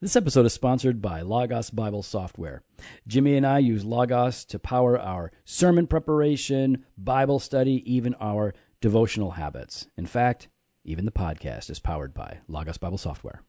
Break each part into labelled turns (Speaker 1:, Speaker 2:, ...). Speaker 1: This episode is sponsored by Logos Bible Software. Jimmy and I use Logos to power our sermon preparation, Bible study, even our devotional habits. In fact, even the podcast is powered by Logos Bible Software.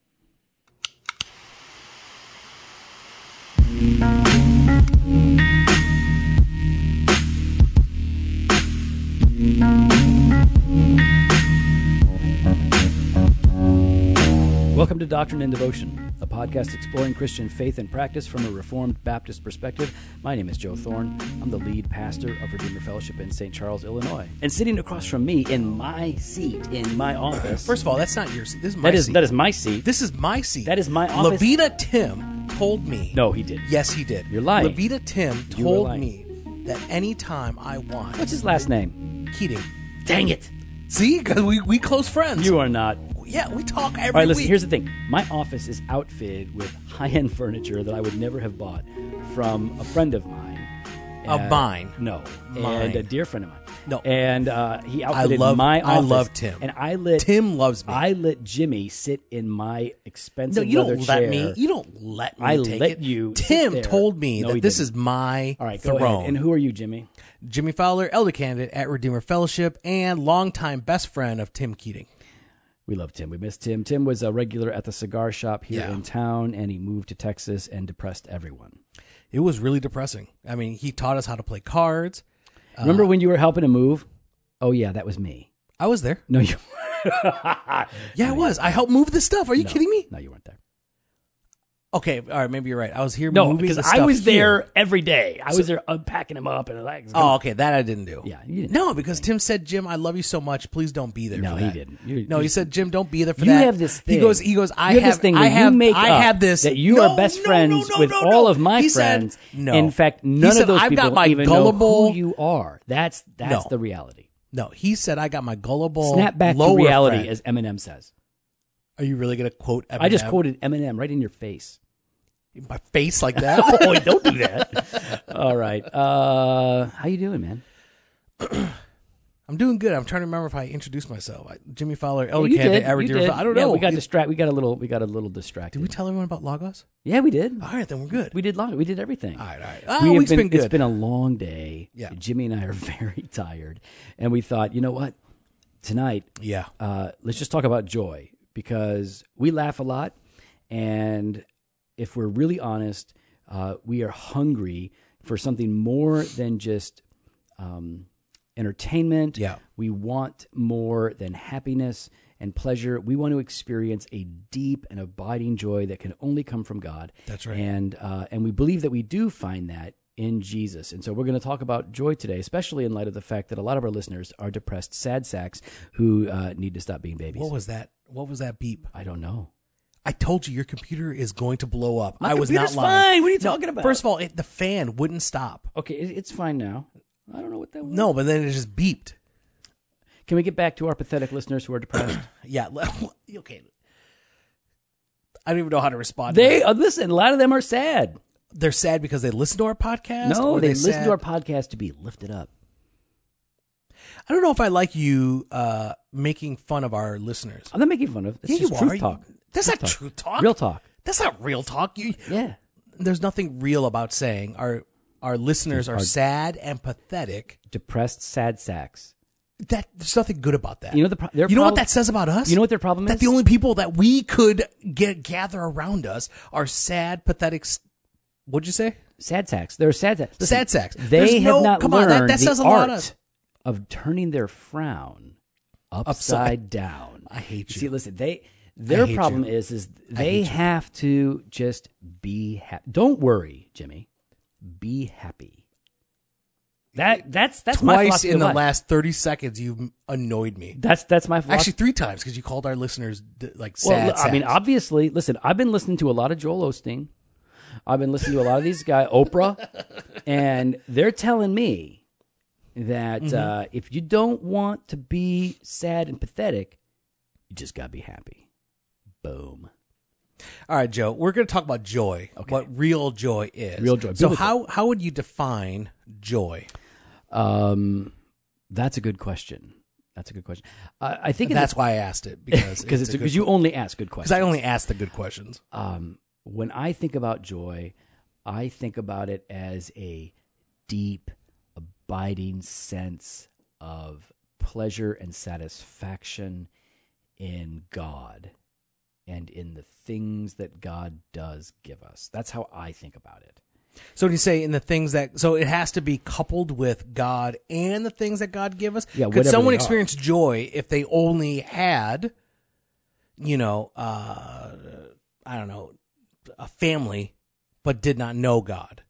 Speaker 1: Welcome to Doctrine and Devotion, a podcast exploring Christian faith and practice from a Reformed Baptist perspective. My name is Joe Thorne. I'm the lead pastor of Redeemer Fellowship in St. Charles, Illinois. And sitting across from me in my seat in my office.
Speaker 2: First of all, that's not your seat. This is my
Speaker 1: that is
Speaker 2: seat.
Speaker 1: that is my seat.
Speaker 2: this is my seat.
Speaker 1: That is my office.
Speaker 2: Levita Tim told me.
Speaker 1: No, he didn't.
Speaker 2: Yes, he did.
Speaker 1: You're lying.
Speaker 2: Levita Tim
Speaker 1: You were
Speaker 2: told
Speaker 1: lying.
Speaker 2: me that anytime I want
Speaker 1: What's his last name?
Speaker 2: Keating.
Speaker 1: Dang it.
Speaker 2: See, because we we close friends.
Speaker 1: You are not.
Speaker 2: yeah, we talk every
Speaker 1: All right, listen,
Speaker 2: week.
Speaker 1: here's the thing. My office is outfitted with high end furniture that I would never have bought from a friend of mine.
Speaker 2: Of
Speaker 1: And-
Speaker 2: mine.
Speaker 1: No. And
Speaker 2: Mine.
Speaker 1: a dear friend of mine.
Speaker 2: No.
Speaker 1: And uh, he outfitted
Speaker 2: love-
Speaker 1: my
Speaker 2: I
Speaker 1: office,
Speaker 2: love Tim.
Speaker 1: And I let
Speaker 2: Tim loves me.
Speaker 1: I let Jimmy sit in my expensive
Speaker 2: no, you
Speaker 1: leather
Speaker 2: don't let
Speaker 1: chair.
Speaker 2: me. You don't let me
Speaker 1: I
Speaker 2: take
Speaker 1: let
Speaker 2: it.
Speaker 1: you sit
Speaker 2: Tim
Speaker 1: there.
Speaker 2: told me
Speaker 1: No, he
Speaker 2: that this
Speaker 1: didn't.
Speaker 2: is my
Speaker 1: All right, go
Speaker 2: throne.
Speaker 1: ahead. And who are you, Jimmy?
Speaker 2: Jimmy Fowler, elder candidate at Redeemer Fellowship and longtime best friend of Tim Keating.
Speaker 1: We love Tim. We miss Tim. Tim was a regular at the cigar shop here
Speaker 2: Yeah.
Speaker 1: in town, and he moved to Texas and depressed everyone.
Speaker 2: It was really depressing. I mean, he taught us how to play cards.
Speaker 1: Remember when you were helping him move? Oh yeah, that was me.
Speaker 2: I was there.
Speaker 1: No, you.
Speaker 2: Yeah, I was. I helped move this stuff. Are you kidding me?
Speaker 1: No, you weren't there.
Speaker 2: Okay, all right, maybe you're right. I was here
Speaker 1: No,
Speaker 2: moving
Speaker 1: because
Speaker 2: the
Speaker 1: I
Speaker 2: stuff
Speaker 1: was
Speaker 2: here.
Speaker 1: there every day. I was there unpacking him up and like.
Speaker 2: Oh, okay, that I didn't do.
Speaker 1: Yeah, you didn't
Speaker 2: No, because Tim said, "Jim, I love you so much. Please don't be there."
Speaker 1: No,
Speaker 2: for
Speaker 1: he
Speaker 2: that."
Speaker 1: didn't. You-
Speaker 2: no,
Speaker 1: you-
Speaker 2: he said, "Jim, don't be there for
Speaker 1: You
Speaker 2: that."
Speaker 1: have this thing.
Speaker 2: He goes. He goes. I
Speaker 1: you
Speaker 2: have
Speaker 1: this thing where
Speaker 2: I have.
Speaker 1: you make
Speaker 2: I
Speaker 1: up
Speaker 2: have this.
Speaker 1: that you
Speaker 2: No,
Speaker 1: are best
Speaker 2: no, no,
Speaker 1: friends
Speaker 2: no,
Speaker 1: with
Speaker 2: no,
Speaker 1: all
Speaker 2: no.
Speaker 1: of my
Speaker 2: He said,
Speaker 1: friends.
Speaker 2: no.
Speaker 1: In fact,
Speaker 2: He
Speaker 1: none
Speaker 2: said,
Speaker 1: of those
Speaker 2: I've
Speaker 1: people
Speaker 2: got my
Speaker 1: even
Speaker 2: gullible.
Speaker 1: know who you are. That's that's
Speaker 2: No.
Speaker 1: the reality.
Speaker 2: no, he said, "I got my gullible."
Speaker 1: Snap back to
Speaker 2: lower
Speaker 1: reality,
Speaker 2: friend."
Speaker 1: as Eminem says.
Speaker 2: Are you really gonna quote? Eminem?
Speaker 1: I just quoted Eminem right in your face.
Speaker 2: my face like that.
Speaker 1: oh, don't do that. all right. Uh, how you doing, man?
Speaker 2: I'm doing good. I'm trying to remember if I introduced myself. I, Jimmy Fowler,
Speaker 1: Oh,
Speaker 2: Elder
Speaker 1: you
Speaker 2: Candidate,
Speaker 1: did.
Speaker 2: Everett
Speaker 1: You
Speaker 2: Deer
Speaker 1: did.
Speaker 2: Fel- I don't
Speaker 1: Yeah,
Speaker 2: know.
Speaker 1: We got
Speaker 2: Did-
Speaker 1: distracted. We got a little. We got a little distracted.
Speaker 2: Did we tell everyone about Lagos?
Speaker 1: yeah, we did.
Speaker 2: All right, then we're good.
Speaker 1: We did long. We did everything.
Speaker 2: all right, all right.
Speaker 1: We
Speaker 2: Ah,
Speaker 1: have
Speaker 2: week's been, good.
Speaker 1: It's been a long day.
Speaker 2: Yeah.
Speaker 1: Jimmy and I are very tired, and we thought, you know what, tonight
Speaker 2: yeah.
Speaker 1: uh, let's just talk about joy because we laugh a lot, and if we're really honest, uh, we are hungry for something more than just um, entertainment.
Speaker 2: Yeah.
Speaker 1: we want more than happiness and pleasure. We want to experience a deep and abiding joy that can only come from God.
Speaker 2: That's right.
Speaker 1: And uh, and we believe that we do find that in Jesus. And so we're going to talk about joy today, especially in light of the fact that a lot of our listeners are depressed sad sacks who uh, need to stop being babies.
Speaker 2: What was that? What was that beep?
Speaker 1: I don't know.
Speaker 2: I told you your computer is going to blow up.
Speaker 1: My
Speaker 2: I was not
Speaker 1: computer's
Speaker 2: lying.
Speaker 1: fine. What are you
Speaker 2: No,
Speaker 1: talking about?
Speaker 2: First of all, it, the fan wouldn't stop.
Speaker 1: Okay, it, it's fine now. I don't know what that was.
Speaker 2: No, but then it just beeped.
Speaker 1: Can we get back to our pathetic listeners who are depressed?
Speaker 2: Yeah. le- okay. I don't even know how to respond. to
Speaker 1: they
Speaker 2: that.
Speaker 1: uh, listen. A lot of them are sad.
Speaker 2: they're sad because they listen to our podcast.
Speaker 1: No,
Speaker 2: or
Speaker 1: they listen
Speaker 2: sad-
Speaker 1: to our podcast to be lifted up.
Speaker 2: I don't know if I like you uh, making fun of our listeners.
Speaker 1: I'm not making fun of. It's
Speaker 2: Yeah,
Speaker 1: just
Speaker 2: you
Speaker 1: truth
Speaker 2: are. You-
Speaker 1: talk.
Speaker 2: That's
Speaker 1: Truth
Speaker 2: not truth talk.
Speaker 1: Real talk.
Speaker 2: That's not real talk. You,
Speaker 1: Yeah.
Speaker 2: there's nothing real about saying our our listeners are sad and pathetic.
Speaker 1: Depressed sad sacks.
Speaker 2: That there's nothing good about that.
Speaker 1: You know the pro- their
Speaker 2: you know what
Speaker 1: prob-
Speaker 2: that says about us.
Speaker 1: You know what their problem
Speaker 2: that
Speaker 1: is?
Speaker 2: the only people that we could get gather around us are sad, pathetic. s- What'd you say?
Speaker 1: sad sacks. They're sad sacks. Listen,
Speaker 2: Sad sacks.
Speaker 1: They
Speaker 2: There's
Speaker 1: have
Speaker 2: no-
Speaker 1: not
Speaker 2: come on,
Speaker 1: learned
Speaker 2: that- that
Speaker 1: the
Speaker 2: says a
Speaker 1: art
Speaker 2: lot
Speaker 1: of turning their frown upside,
Speaker 2: Upside-
Speaker 1: down.
Speaker 2: I hate you.
Speaker 1: See, listen, they their
Speaker 2: hate you.
Speaker 1: problem is is
Speaker 2: hate
Speaker 1: they
Speaker 2: you.
Speaker 1: have to just be happy. Don't worry, Jimmy. Be happy. That that's that's my
Speaker 2: Twice
Speaker 1: philosophy
Speaker 2: in
Speaker 1: of
Speaker 2: the
Speaker 1: life.
Speaker 2: last thirty seconds, you annoyed me.
Speaker 1: That's that's my philosophy.
Speaker 2: Actually, three times because you called our listeners d- like
Speaker 1: Well,
Speaker 2: sad.
Speaker 1: l- I mean,
Speaker 2: sacks.
Speaker 1: obviously, listen, I've been listening to a lot of Joel Osteen. I've been listening to a lot of these guys, Oprah, and they're telling me that
Speaker 2: Mm-hmm.
Speaker 1: uh, if you don't want to be sad and pathetic, you just got to be happy. Boom.
Speaker 2: All right, Joe, we're going to talk about joy. What real joy is.
Speaker 1: Real joy,
Speaker 2: So
Speaker 1: biblical.
Speaker 2: how how would you define joy?
Speaker 1: Um, that's a good question. That's a good question. I, I think
Speaker 2: That's why I asked it because
Speaker 1: because it's
Speaker 2: a good-
Speaker 1: because you only ask good
Speaker 2: 'cause
Speaker 1: questions.
Speaker 2: I only ask the good questions.
Speaker 1: um, when I think about joy, I think about it as a deep, abiding sense of pleasure and satisfaction in God and in the things that God does give us. That's how I think about it.
Speaker 2: So do you say in the things that so it has to be coupled with God and the things that God give us?
Speaker 1: Yeah,
Speaker 2: Could
Speaker 1: whatever
Speaker 2: someone
Speaker 1: they are.
Speaker 2: experience joy if they only had, you know, uh I don't know, a family, but did not know God?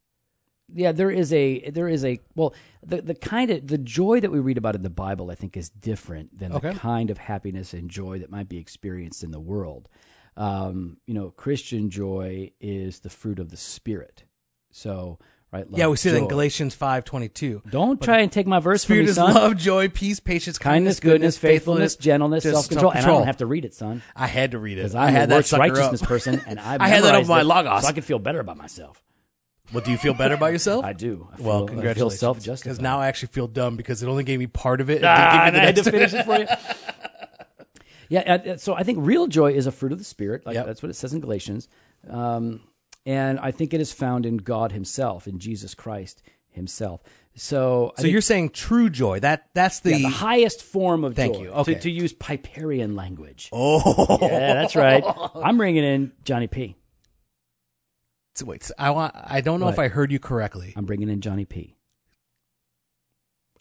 Speaker 1: yeah there is a there is a well the, the kind of the joy that we read about in the bible i think is different than
Speaker 2: Okay.
Speaker 1: the kind of happiness and joy that might be experienced in the world um, you know christian joy is the fruit of the spirit so right love,
Speaker 2: yeah, we see that in
Speaker 1: joy.
Speaker 2: Galatians five twenty two.
Speaker 1: don't try and take my verse from
Speaker 2: Spirit
Speaker 1: me
Speaker 2: is
Speaker 1: son
Speaker 2: love, joy, peace, patience,
Speaker 1: kindness goodness faithfulness gentleness
Speaker 2: just
Speaker 1: self-control and i
Speaker 2: self-control.
Speaker 1: don't have to read it son
Speaker 2: I had to read it.
Speaker 1: because
Speaker 2: I
Speaker 1: i'm a
Speaker 2: had that
Speaker 1: works
Speaker 2: sucker
Speaker 1: righteousness
Speaker 2: up.
Speaker 1: person and i,
Speaker 2: I had that on
Speaker 1: memorized
Speaker 2: my
Speaker 1: it
Speaker 2: logos.
Speaker 1: so i could feel better about myself
Speaker 2: Well, do you feel better about yourself?
Speaker 1: i do I feel,
Speaker 2: well,
Speaker 1: I feel
Speaker 2: congratulations.
Speaker 1: self-justified
Speaker 2: Because now I actually feel dumb because it only gave me part of it. it
Speaker 1: Ah,
Speaker 2: didn't give me
Speaker 1: and
Speaker 2: the
Speaker 1: I had
Speaker 2: next-
Speaker 1: to finish it for you. Yeah, uh, uh, so I think real joy is a fruit of the spirit. Like
Speaker 2: Yep.
Speaker 1: that's what it says in Galatians, um, and I think it is found in God Himself, in Jesus Christ Himself. So, I
Speaker 2: So
Speaker 1: think
Speaker 2: you're saying true joy. That that's the,
Speaker 1: the highest form of
Speaker 2: Thank
Speaker 1: joy,
Speaker 2: you. Okay.
Speaker 1: to, to use Piperian language.
Speaker 2: oh
Speaker 1: Yeah, that's right. I'm bringing in Johnny P.
Speaker 2: So wait. so I want. I don't know if
Speaker 1: What?
Speaker 2: I heard you correctly.
Speaker 1: I'm bringing in Johnny P.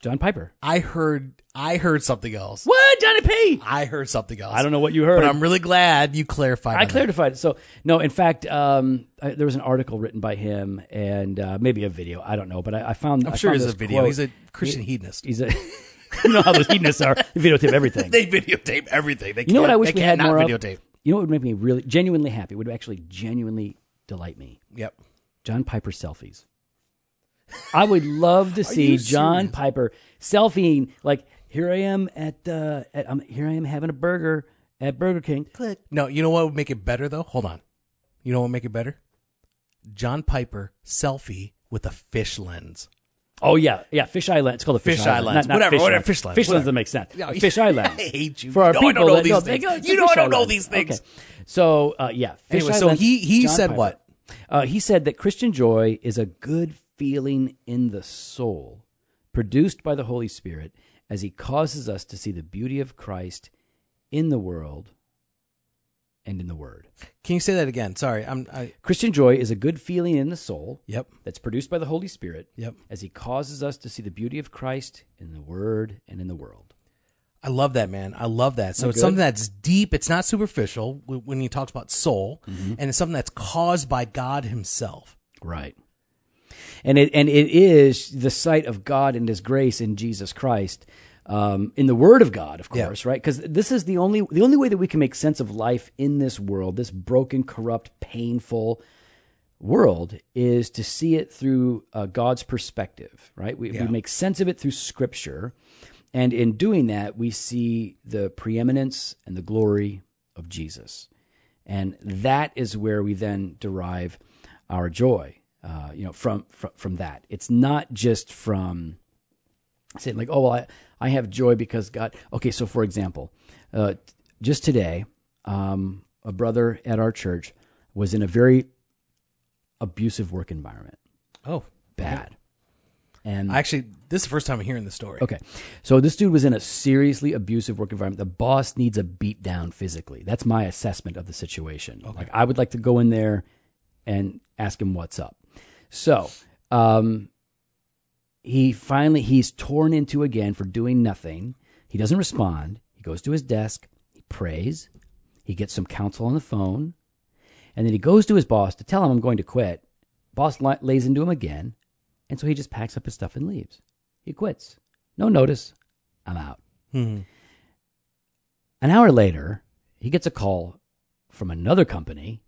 Speaker 1: John Piper.
Speaker 2: I heard. I heard something else.
Speaker 1: What Johnny P?
Speaker 2: I heard something else.
Speaker 1: I don't know what you heard.
Speaker 2: But I'm really glad you clarified.
Speaker 1: I
Speaker 2: on that.
Speaker 1: clarified it. So no, in fact, um, I, there was an article written by him and uh, maybe a video. I don't know, but I, I found.
Speaker 2: I'm
Speaker 1: I
Speaker 2: sure
Speaker 1: found
Speaker 2: there's a
Speaker 1: this
Speaker 2: video.
Speaker 1: quote.
Speaker 2: He's a Christian hedonist.
Speaker 1: He's a. you know how those hedonists are. They videotape everything.
Speaker 2: They videotape everything. They
Speaker 1: you know what I wish we
Speaker 2: they
Speaker 1: had
Speaker 2: cannot
Speaker 1: more of?
Speaker 2: videotape.
Speaker 1: You know what would make me really genuinely happy? Would actually genuinely delight me.
Speaker 2: Yep.
Speaker 1: John Piper selfies. I would love to see
Speaker 2: you
Speaker 1: John
Speaker 2: serious?
Speaker 1: Piper selfieing. Like here I am at, uh, at I'm, here I am having a burger at Burger King. Click.
Speaker 2: No. You know what would make it better though? Hold on. You know what would make it better? John Piper selfie with a fish lens.
Speaker 1: Oh yeah, yeah. Fish eye lens. It's called a fish,
Speaker 2: Fish
Speaker 1: eye
Speaker 2: eye
Speaker 1: lens.
Speaker 2: lens. Whatever,
Speaker 1: fish
Speaker 2: whatever,
Speaker 1: lens.
Speaker 2: fish lens,
Speaker 1: Fish lens
Speaker 2: whatever.
Speaker 1: doesn't make sense.
Speaker 2: Yeah,
Speaker 1: It's fish eye lens.
Speaker 2: I hate you.
Speaker 1: For our
Speaker 2: No, I
Speaker 1: people
Speaker 2: don't know
Speaker 1: that
Speaker 2: these
Speaker 1: don't- they
Speaker 2: things.
Speaker 1: go, it's
Speaker 2: You
Speaker 1: a
Speaker 2: know I
Speaker 1: fish eye
Speaker 2: don't know
Speaker 1: lens.
Speaker 2: these things.
Speaker 1: Okay. So uh, yeah. Fish
Speaker 2: Anyway,
Speaker 1: eye
Speaker 2: so
Speaker 1: lens,
Speaker 2: he he
Speaker 1: John
Speaker 2: said
Speaker 1: Piper.
Speaker 2: what?
Speaker 1: Uh, he said that Christian joy is a good feeling in the soul, produced by the Holy Spirit, as He causes us to see the beauty of Christ in the world and in the Word.
Speaker 2: Can you say that again? Sorry, I'm. I,
Speaker 1: Christian joy is a good feeling in the soul
Speaker 2: yep.
Speaker 1: that's produced by the Holy Spirit,
Speaker 2: Yep.
Speaker 1: as He causes us to see the beauty of Christ in the Word and in the world.
Speaker 2: I love that, man. I love that. So
Speaker 1: Am I
Speaker 2: it's
Speaker 1: good?
Speaker 2: something that's deep. It's not superficial w- when he talks about soul,
Speaker 1: Mm-hmm.
Speaker 2: and it's something that's caused by God Himself.
Speaker 1: Right. And it and it is the sight of God and His grace in Jesus Christ, um, in the Word of God, of
Speaker 2: Yeah.
Speaker 1: course, right? Because this is the only the only way that we can make sense of life in this world, this broken, corrupt, painful world, is to see it through uh, God's perspective, right? We,
Speaker 2: Yeah.
Speaker 1: we make sense of it through Scripture, and in doing that, we see the preeminence and the glory of Jesus and that is where we then derive our joy uh, you know from, from from that it's not just from saying like oh well i, I have joy because god okay so for example uh, just today um, a brother at our church was in a very abusive work environment
Speaker 2: Oh,
Speaker 1: bad and
Speaker 2: I actually, this is the first time I'm hearing the story.
Speaker 1: Okay. So this dude was in a seriously abusive work environment. The boss needs a beat down physically. That's my assessment of the situation. Like I would like to go in there and ask him what's up. So, um he finally he's torn into again for doing nothing. He doesn't respond. He goes to his desk, he prays, he gets some counsel on the phone, and then he goes to his boss to tell him I'm going to quit. Boss li- lays into him again, and so he just packs up his stuff and leaves. He quits. No notice. I'm out.
Speaker 2: Hmm.
Speaker 1: An hour later, he gets a call from another company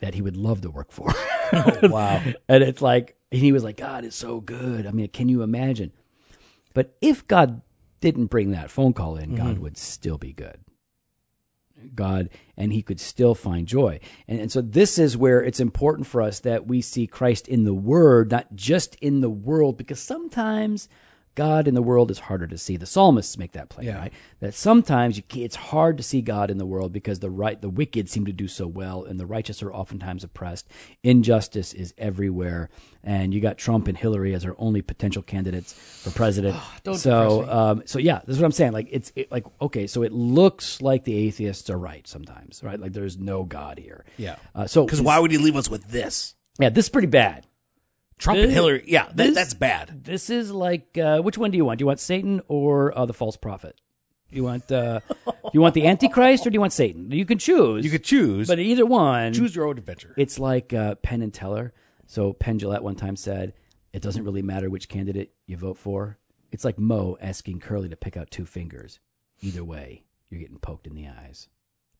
Speaker 1: that he would love to work for.
Speaker 2: wow.
Speaker 1: and it's like, and he was like, God is so good. I mean, can you imagine? But if God didn't bring that phone call in,
Speaker 2: Mm-hmm.
Speaker 1: God would still be good. God, and he could still find joy. And, and so, this is where it's important for us that we see Christ in the Word, not just in the world, because sometimes God in the world is harder to see. The psalmists make that plain,
Speaker 2: Yeah.
Speaker 1: right? That sometimes you, ca- it's hard to see God in the world because the right, the wicked seem to do so well, and the righteous are oftentimes oppressed. Injustice is everywhere, and you got Trump and Hillary as our only potential candidates for president.
Speaker 2: don't
Speaker 1: so,
Speaker 2: depress
Speaker 1: um, so yeah, that's what I'm saying. Like it's it, like okay, so it looks like the atheists are right sometimes, right? Like there's no God here.
Speaker 2: Yeah.
Speaker 1: Uh, so
Speaker 2: Because why would he leave us with this?
Speaker 1: Yeah, this is pretty bad.
Speaker 2: Trump and Hillary. Yeah, that,
Speaker 1: this-
Speaker 2: that's bad.
Speaker 1: This is like uh, which one do you want? Do you want Satan or uh, the false prophet? You want uh, you want the Antichrist or do you want Satan? You can choose.
Speaker 2: You could choose.
Speaker 1: but either one.
Speaker 2: choose your own adventure.
Speaker 1: It's like uh, Penn and Teller. So Penn Gillette one time said, "It doesn't really matter which candidate you vote for. It's like Mo asking Curly to pick out two fingers. Either way, you're getting poked in the eyes."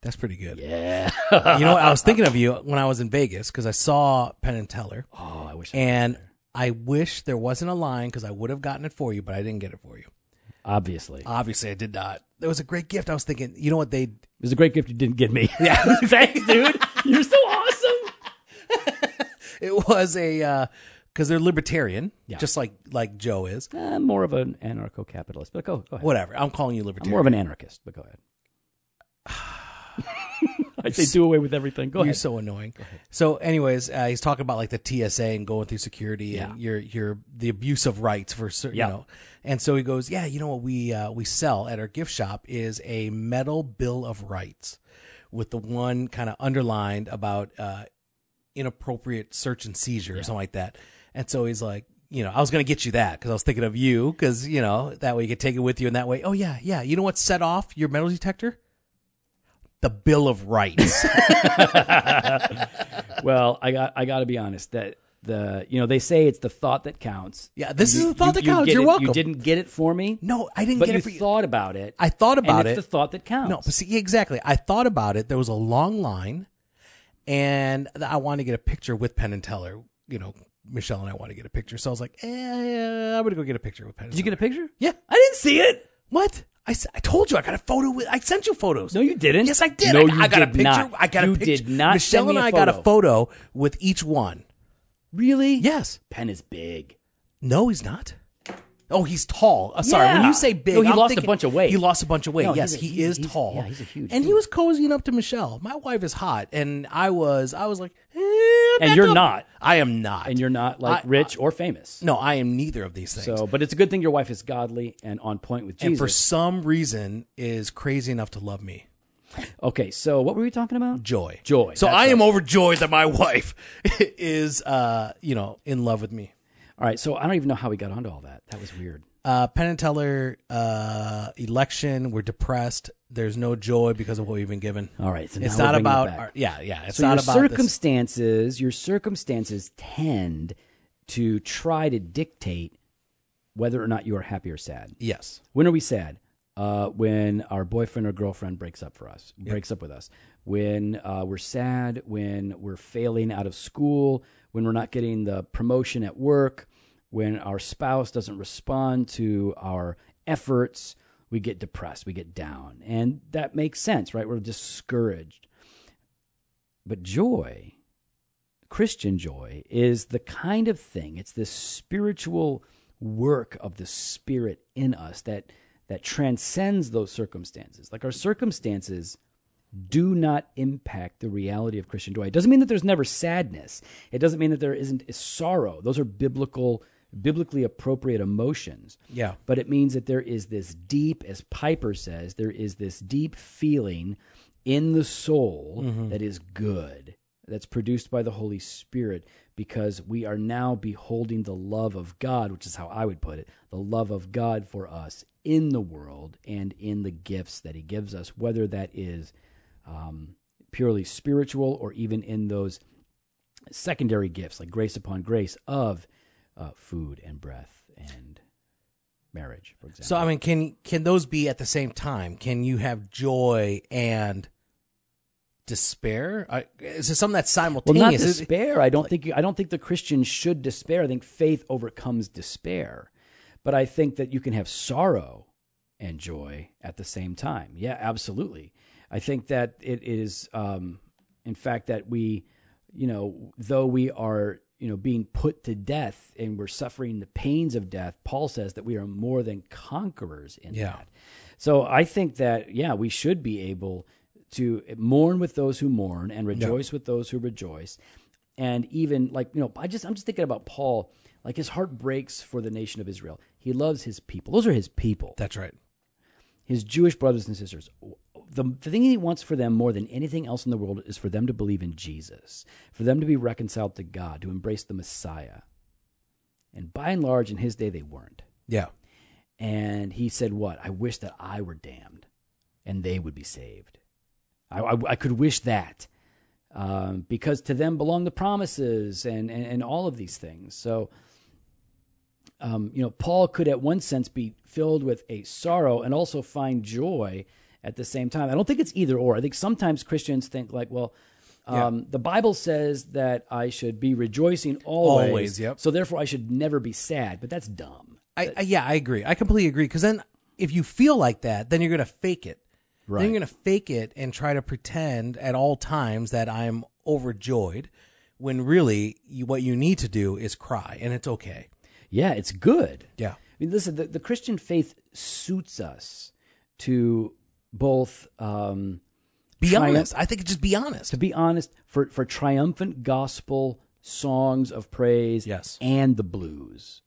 Speaker 2: that's pretty good.
Speaker 1: Yeah.
Speaker 2: you know what? I was thinking of you when I was in Vegas because I saw Penn and Teller,
Speaker 1: oh, I wish. I
Speaker 2: and I wish there wasn't a line because I would have gotten it for you, but I didn't get it for you.
Speaker 1: obviously, it
Speaker 2: Obviously, I did not. There was a great gift. I was thinking, you know what? They
Speaker 1: was a great gift you didn't give me. Yeah. Thanks, dude. You're so awesome.
Speaker 2: it was a because they're libertarian,
Speaker 1: Yeah.
Speaker 2: just like like Joe is.
Speaker 1: Uh, more of an anarcho-capitalist, but go, go ahead.
Speaker 2: Whatever. I'm calling you
Speaker 1: I'm
Speaker 2: libertarian.
Speaker 1: more of an anarchist, but go ahead. I say do away with everything. Go
Speaker 2: You're
Speaker 1: ahead.
Speaker 2: so annoying. So, anyways, uh, he's talking about like the TSA and going through security and your your the abuse of rights for certain.
Speaker 1: Yeah.
Speaker 2: You know, and so he goes, "Yeah, you know what we uh, we sell at our gift shop is a metal bill of rights, with the one kind of underlined about uh, inappropriate search and seizure or something like that." And so he's like. You know, I was gonna get you that because I was thinking of you because you know that way you could take it with you and that way. Oh yeah, yeah. You know what set off your metal detector? The Bill of Rights.
Speaker 1: Well, I got I got to be honest that the you know they say it's the thought that counts.
Speaker 2: Yeah, this is the thought that
Speaker 1: you
Speaker 2: counts.
Speaker 1: get
Speaker 2: You're
Speaker 1: it-
Speaker 2: welcome.
Speaker 1: You didn't get it for me,
Speaker 2: No, I didn't
Speaker 1: but
Speaker 2: get
Speaker 1: you
Speaker 2: it for you.
Speaker 1: thought about it.
Speaker 2: I thought
Speaker 1: and
Speaker 2: about
Speaker 1: it's
Speaker 2: it.
Speaker 1: the thought that counts.
Speaker 2: no, but see, exactly. I thought about it. There was a long line, and th- I wanted to get a picture with Penn and Teller. You know, Michelle and I want to get a picture. So I was like, eh, I'm gonna go get a picture with Penn.
Speaker 1: Did you get a picture?
Speaker 2: Yeah.
Speaker 1: I didn't see it.
Speaker 2: What? I, s- I told you I got a photo with. I sent you photos.
Speaker 1: No, you didn't.
Speaker 2: Yes, I did.
Speaker 1: No,
Speaker 2: I,
Speaker 1: you
Speaker 2: I got a
Speaker 1: did
Speaker 2: picture.
Speaker 1: not.
Speaker 2: I got
Speaker 1: You
Speaker 2: a picture.
Speaker 1: did not
Speaker 2: Michelle
Speaker 1: send me
Speaker 2: and
Speaker 1: a
Speaker 2: I got a
Speaker 1: photo.
Speaker 2: photo with each one.
Speaker 1: Really?
Speaker 2: Yes.
Speaker 1: Penn is big.
Speaker 2: No, he's not. Oh, he's tall. Uh, sorry, when
Speaker 1: Yeah.
Speaker 2: you say big,
Speaker 1: No, he
Speaker 2: I'm
Speaker 1: lost a
Speaker 2: thinking-
Speaker 1: bunch of weight.
Speaker 2: He lost a bunch of weight.
Speaker 1: No,
Speaker 2: yes,
Speaker 1: he's a-
Speaker 2: he
Speaker 1: he's-
Speaker 2: is
Speaker 1: he's-
Speaker 2: tall.
Speaker 1: yeah, he's a huge
Speaker 2: And he
Speaker 1: dude.
Speaker 2: was cozying up to Michelle. My wife is hot, and I was. I was like, eh,
Speaker 1: And
Speaker 2: back
Speaker 1: you're
Speaker 2: up.
Speaker 1: not.
Speaker 2: I am not.
Speaker 1: And you're not like
Speaker 2: I-
Speaker 1: rich or famous.
Speaker 2: No, I am neither of these things.
Speaker 1: So, but it's a good thing your wife is godly and on point with
Speaker 2: and
Speaker 1: Jesus.
Speaker 2: for some reason, is crazy enough to love me.
Speaker 1: okay, so what were we talking about?
Speaker 2: Joy,
Speaker 1: Joy,
Speaker 2: So
Speaker 1: that's
Speaker 2: I am overjoyed that my wife is, uh, you know, in love with me.
Speaker 1: All right, so I don't even know how we got onto all that. That was weird.
Speaker 2: Uh, Penn and Teller uh, election. We're depressed. There's no joy because of what we've been given.
Speaker 1: All right, so now
Speaker 2: It's
Speaker 1: we're
Speaker 2: not
Speaker 1: bringing it
Speaker 2: about
Speaker 1: back.
Speaker 2: our, yeah, yeah. It's
Speaker 1: so
Speaker 2: not
Speaker 1: your
Speaker 2: about this.
Speaker 1: circumstances your circumstances tend to try to dictate whether or not you are happy or sad
Speaker 2: Yes,
Speaker 1: when are we sad uh, when our boyfriend or girlfriend breaks up for us breaks up with us when uh, we're sad when we're failing out of school when we're not getting the promotion at work when our spouse doesn't respond to our efforts we get depressed we get down and that makes sense right we're discouraged but joy, Christian joy, is the kind of thing, it's this spiritual work of the Spirit in us that, that transcends those circumstances. Like our circumstances do not impact the reality of Christian joy. It doesn't mean that there's never sadness, it doesn't mean that there isn't sorrow. Those are biblical, biblically appropriate emotions
Speaker 2: yeah.
Speaker 1: but it means that there is this deep, as Piper says, there is this deep feeling in the soul that is good, that's produced by the Holy Spirit, because we are now beholding the love of God, which is how I would put it the love of God for us in the world and in the gifts that He gives us, whether that is um, purely spiritual or even in those secondary gifts like grace upon grace of uh, food and breath and marriage, for example.
Speaker 2: So I mean, can can those be at the same time? Can you have joy and despair? I, is it something that's
Speaker 1: well,
Speaker 2: simultaneous?
Speaker 1: not
Speaker 2: Is it-
Speaker 1: despair. I don't think you, I don't think the Christian should despair. I think faith overcomes despair, but I think that you can have sorrow and joy at the same time. Yeah, absolutely. I think that it is, um, in fact, that we, you know, though we are you know, being put to death and we're suffering the pains of death, Paul says that we are more than conquerors in
Speaker 2: Yeah.
Speaker 1: that. So I think that, yeah, we should be able to mourn with those who mourn and rejoice with those who rejoice. And even like, you know, I just, I'm just thinking about Paul, like his heart breaks for the nation of Israel. He loves his people. Those are his people
Speaker 2: That's right.
Speaker 1: his Jewish brothers and sisters. The, the thing he wants for them more than anything else in the world is for them to believe in Jesus, for them to be reconciled to God, to embrace the Messiah. And by and large, in his day, they weren't.
Speaker 2: Yeah.
Speaker 1: And he said, What? I wish that I were damned and they would be saved. I, I, I could wish that um, because to them belong the promises and, and, and all of these things. So, um, you know, Paul could, at one sense, be filled with a sorrow and also find joy at the same time. I don't think it's either or. I think sometimes Christians think, like, well, um, the Bible says that I should be rejoicing always.
Speaker 2: Always, yep.
Speaker 1: So therefore, I should never be sad. But that's dumb.
Speaker 2: I, I yeah, I agree. I completely agree. Because then, if you feel like that, then you're gonna fake it. Then you're gonna fake it and try to pretend at all times that I'm overjoyed, when really you, what you need to do is cry, and it's okay.
Speaker 1: Yeah, it's good.
Speaker 2: Yeah.
Speaker 1: I mean, listen, the, the Christian faith suits us to both um,
Speaker 2: Be
Speaker 1: Triumph.
Speaker 2: honest. I think just be honest.
Speaker 1: to be honest, for, for triumphant gospel songs of praise
Speaker 2: Yes.
Speaker 1: and the blues.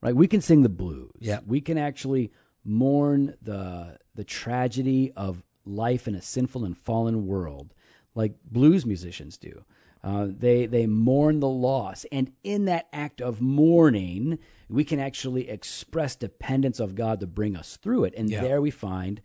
Speaker 1: Right? We can sing the blues.
Speaker 2: Yeah.
Speaker 1: We can actually mourn the the tragedy of life in a sinful and fallen world, like blues musicians do. Uh, they they mourn the loss, and in that act of mourning, we can actually express dependence of God to bring us through it, and
Speaker 2: Yeah.
Speaker 1: there we find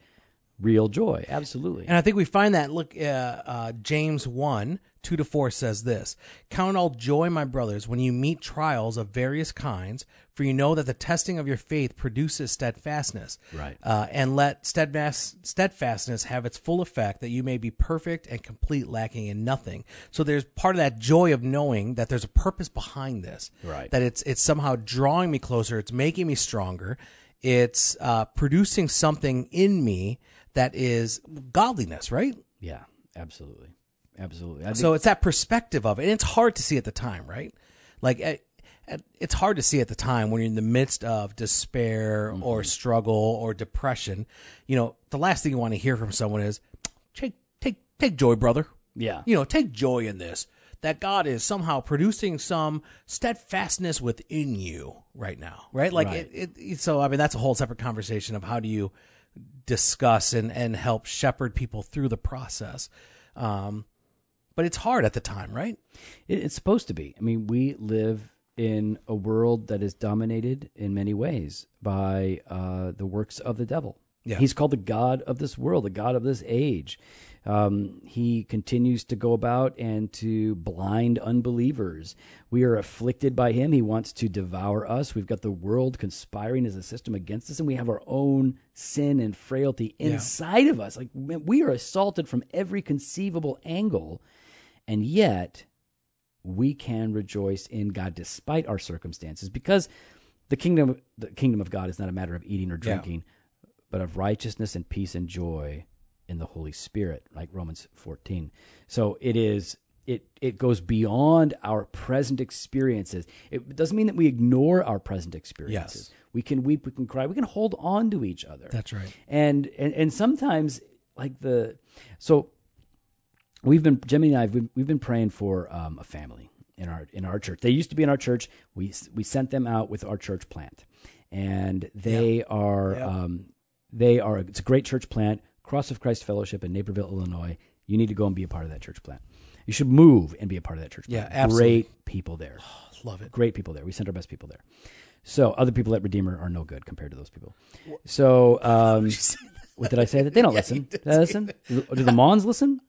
Speaker 1: real joy. Absolutely.
Speaker 2: And I think we find that. Look, uh, uh, James 1 2 to 4 says this Count all joy, my brothers, when you meet trials of various kinds, for you know that the testing of your faith produces steadfastness.
Speaker 1: Right.
Speaker 2: Uh, and let steadfast, steadfastness have its full effect, that you may be perfect and complete, lacking in nothing. So there's part of that joy of knowing that there's a purpose behind this.
Speaker 1: Right.
Speaker 2: That it's it's somehow drawing me closer. It's making me stronger. It's uh, producing something in me that is godliness, right?
Speaker 1: Yeah, absolutely, absolutely. I think,
Speaker 2: So it's that perspective of it. And it's hard to see at the time, right? Like at, at, it's hard to see at the time when you're in the midst of despair or struggle or depression. You know, the last thing you want to hear from someone is, "Take take take joy, brother."
Speaker 1: yeah,
Speaker 2: You know, take joy in this that God is somehow producing some steadfastness within you right now, right? Like
Speaker 1: Right.
Speaker 2: It, it. So I mean, that's a whole separate conversation of how do you discuss and and help shepherd people through the process. Um, but it's hard at the time, right?
Speaker 1: it, it's supposed to be. I mean, we live in a world that is dominated in many ways by uh, the works of the devil.
Speaker 2: Yeah.
Speaker 1: He's called the God of this world, the God of this age. Um, he continues to go about and to blind unbelievers. We are afflicted by him. He wants to devour us. We've got the world conspiring as a system against us, and we have our own sin and frailty inside of us. Like man, we are assaulted from every conceivable angle, and yet we can rejoice in God despite our circumstances because the kingdom the kingdom of God is not a matter of eating or drinking but of righteousness and peace and joy in the Holy Spirit like Romans 14 so it is it it goes beyond our present experiences it doesn't mean that we ignore our present experiences we can weep we can cry we can hold on to each other
Speaker 2: That's right.
Speaker 1: and and, and sometimes like the so we've been Jimmy and I've we've, we've been praying for um, a family in our in our church. They used to be in our church. We we sent them out with our church plant, and they are um, they are it's a great church plant, Cross of Christ Fellowship in Naperville, Illinois. You need to go and be a part of that church plant. You should move and be a part of that church.
Speaker 2: Yeah,
Speaker 1: plant.
Speaker 2: absolutely.
Speaker 1: Great people there
Speaker 2: Love it.
Speaker 1: great people there. We sent our best people there. So other people at Redeemer are no good compared to those people. So um, what did I say? That they don't listen. Did they listen? Do the Mons listen?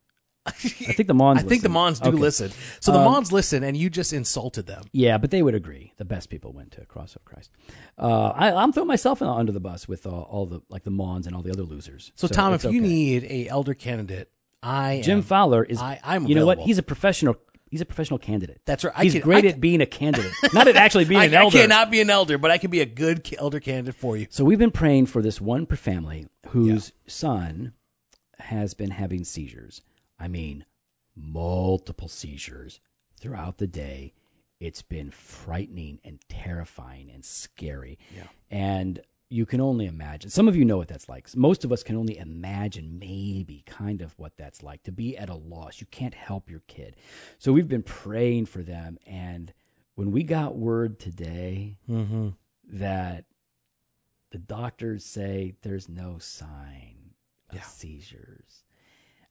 Speaker 1: I think the Mons.
Speaker 2: I think the Mons do
Speaker 1: Okay. Um,
Speaker 2: listen. So the Mons listen, and you just insulted them.
Speaker 1: Yeah, but they would agree. The best people went to Cross of Christ. Uh, I, I'm throwing myself in- under the bus with uh, all, all the like the Mons and all the other losers.
Speaker 2: So, Tom, if
Speaker 1: it's
Speaker 2: you
Speaker 1: okay.
Speaker 2: need a elder candidate, I
Speaker 1: Jim
Speaker 2: am,
Speaker 1: Fowler is,
Speaker 2: I- I'm
Speaker 1: you know what?
Speaker 2: available.
Speaker 1: He's a professional. He's a professional candidate.
Speaker 2: That's right. I
Speaker 1: He's
Speaker 2: can-
Speaker 1: great
Speaker 2: I
Speaker 1: at being a candidate, not at actually being
Speaker 2: I,
Speaker 1: an elder.
Speaker 2: I cannot be an elder, but I can be a good ca- elder candidate for you.
Speaker 1: So we've been praying for this one per family whose son has been having seizures. I mean, multiple seizures throughout the day. It's been frightening and terrifying and scary.
Speaker 2: Yeah.
Speaker 1: And you can only imagine. Some of you know what that's like. Most of us can only imagine, maybe, kind of what that's like to be at a loss. You can't help your kid. So we've been praying for them. And when we got word today
Speaker 2: Mm-hmm.
Speaker 1: that the doctors say there's no sign of
Speaker 2: Yeah.
Speaker 1: seizures.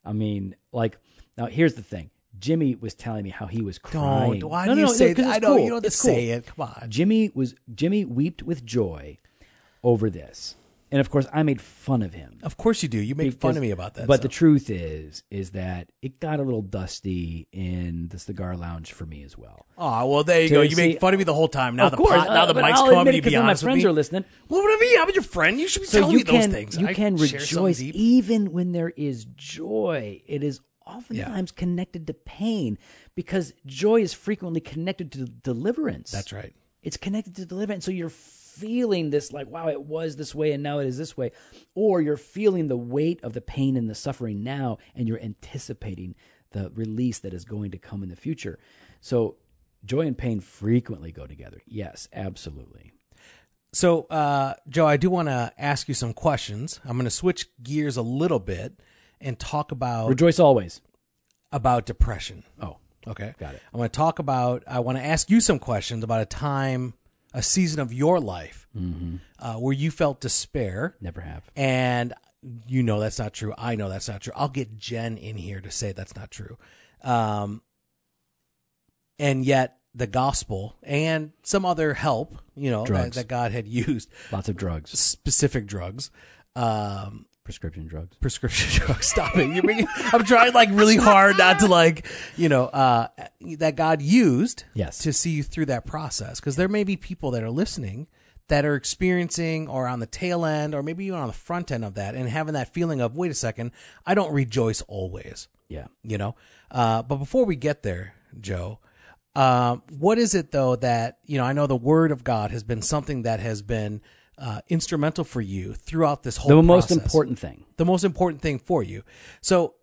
Speaker 1: I mean, like now here's the thing. Jimmy was telling me how he was crying.
Speaker 2: Don't. Why
Speaker 1: No,
Speaker 2: do
Speaker 1: no,
Speaker 2: you
Speaker 1: no,
Speaker 2: say
Speaker 1: 'cause it's
Speaker 2: that? I know
Speaker 1: cool.
Speaker 2: you don't have to
Speaker 1: It's cool.
Speaker 2: say it. Come on.
Speaker 1: Jimmy was Jimmy wept with joy over this. And of course I made fun of him.
Speaker 2: Of course you do. You make fun
Speaker 1: Because-
Speaker 2: of Oh, me about that.
Speaker 1: But the
Speaker 2: stuff.
Speaker 1: truth is, is that it got a little dusty in the cigar lounge for me as well.
Speaker 2: oh well, there you
Speaker 1: Dude,
Speaker 2: go. You
Speaker 1: see-
Speaker 2: make fun of me the whole time. Now
Speaker 1: of
Speaker 2: the
Speaker 1: course,
Speaker 2: pot, now
Speaker 1: uh,
Speaker 2: the
Speaker 1: but
Speaker 2: mic's
Speaker 1: I'll
Speaker 2: come up.
Speaker 1: admit
Speaker 2: You
Speaker 1: it 'cause
Speaker 2: be
Speaker 1: then
Speaker 2: honest
Speaker 1: my friends
Speaker 2: with
Speaker 1: are
Speaker 2: me.
Speaker 1: listening.
Speaker 2: Well, what do I mean? I'm your friend. You should be
Speaker 1: so
Speaker 2: telling
Speaker 1: you
Speaker 2: me
Speaker 1: can
Speaker 2: those things.
Speaker 1: you
Speaker 2: I
Speaker 1: can
Speaker 2: share something
Speaker 1: rejoice
Speaker 2: deep.
Speaker 1: even when there is joy. It is oftentimes connected to pain because joy is frequently connected to deliverance.
Speaker 2: That's right.
Speaker 1: It's connected to deliverance. So you're feeling this like, wow, it was this way and now it is this way, or you're feeling the weight of the pain and the suffering now, and you're anticipating the release that is going to come in the future. So joy and pain frequently go together. Yes, absolutely.
Speaker 2: So, uh, Joe, I do want to ask you some questions. I'm going to switch gears a little bit and talk about
Speaker 1: Rejoice always.
Speaker 2: about depression.
Speaker 1: Oh,
Speaker 2: Okay.
Speaker 1: Got it.
Speaker 2: I'm going to talk about, I want to ask you some questions about a time, a season of your life
Speaker 1: Mm-hmm.
Speaker 2: uh, where you felt despair.
Speaker 1: never have.
Speaker 2: And you know that's not true. I know that's not true. I'll get Jen in here to say that's not true. Um, and yet, the gospel and some other help, you know, that,
Speaker 1: Drugs.
Speaker 2: that God had used,
Speaker 1: Lots of drugs,
Speaker 2: specific drugs. Um,
Speaker 1: prescription drugs.
Speaker 2: prescription drugs. Stop it. You mean, I'm trying like really hard not to like, you know, uh, that God used
Speaker 1: Yes.
Speaker 2: to see you through that process. Cause there may be people that are listening that are experiencing or on the tail end or maybe even on the front end of that and having that feeling of, wait a second, I don't rejoice always,
Speaker 1: Yeah.
Speaker 2: you know? Uh, but before we get there, Joe, um, what is it though that, you know, I know the word of God has been something that has been, uh, instrumental for you throughout this whole
Speaker 1: The most
Speaker 2: process
Speaker 1: important thing.
Speaker 2: the most important thing for you. So,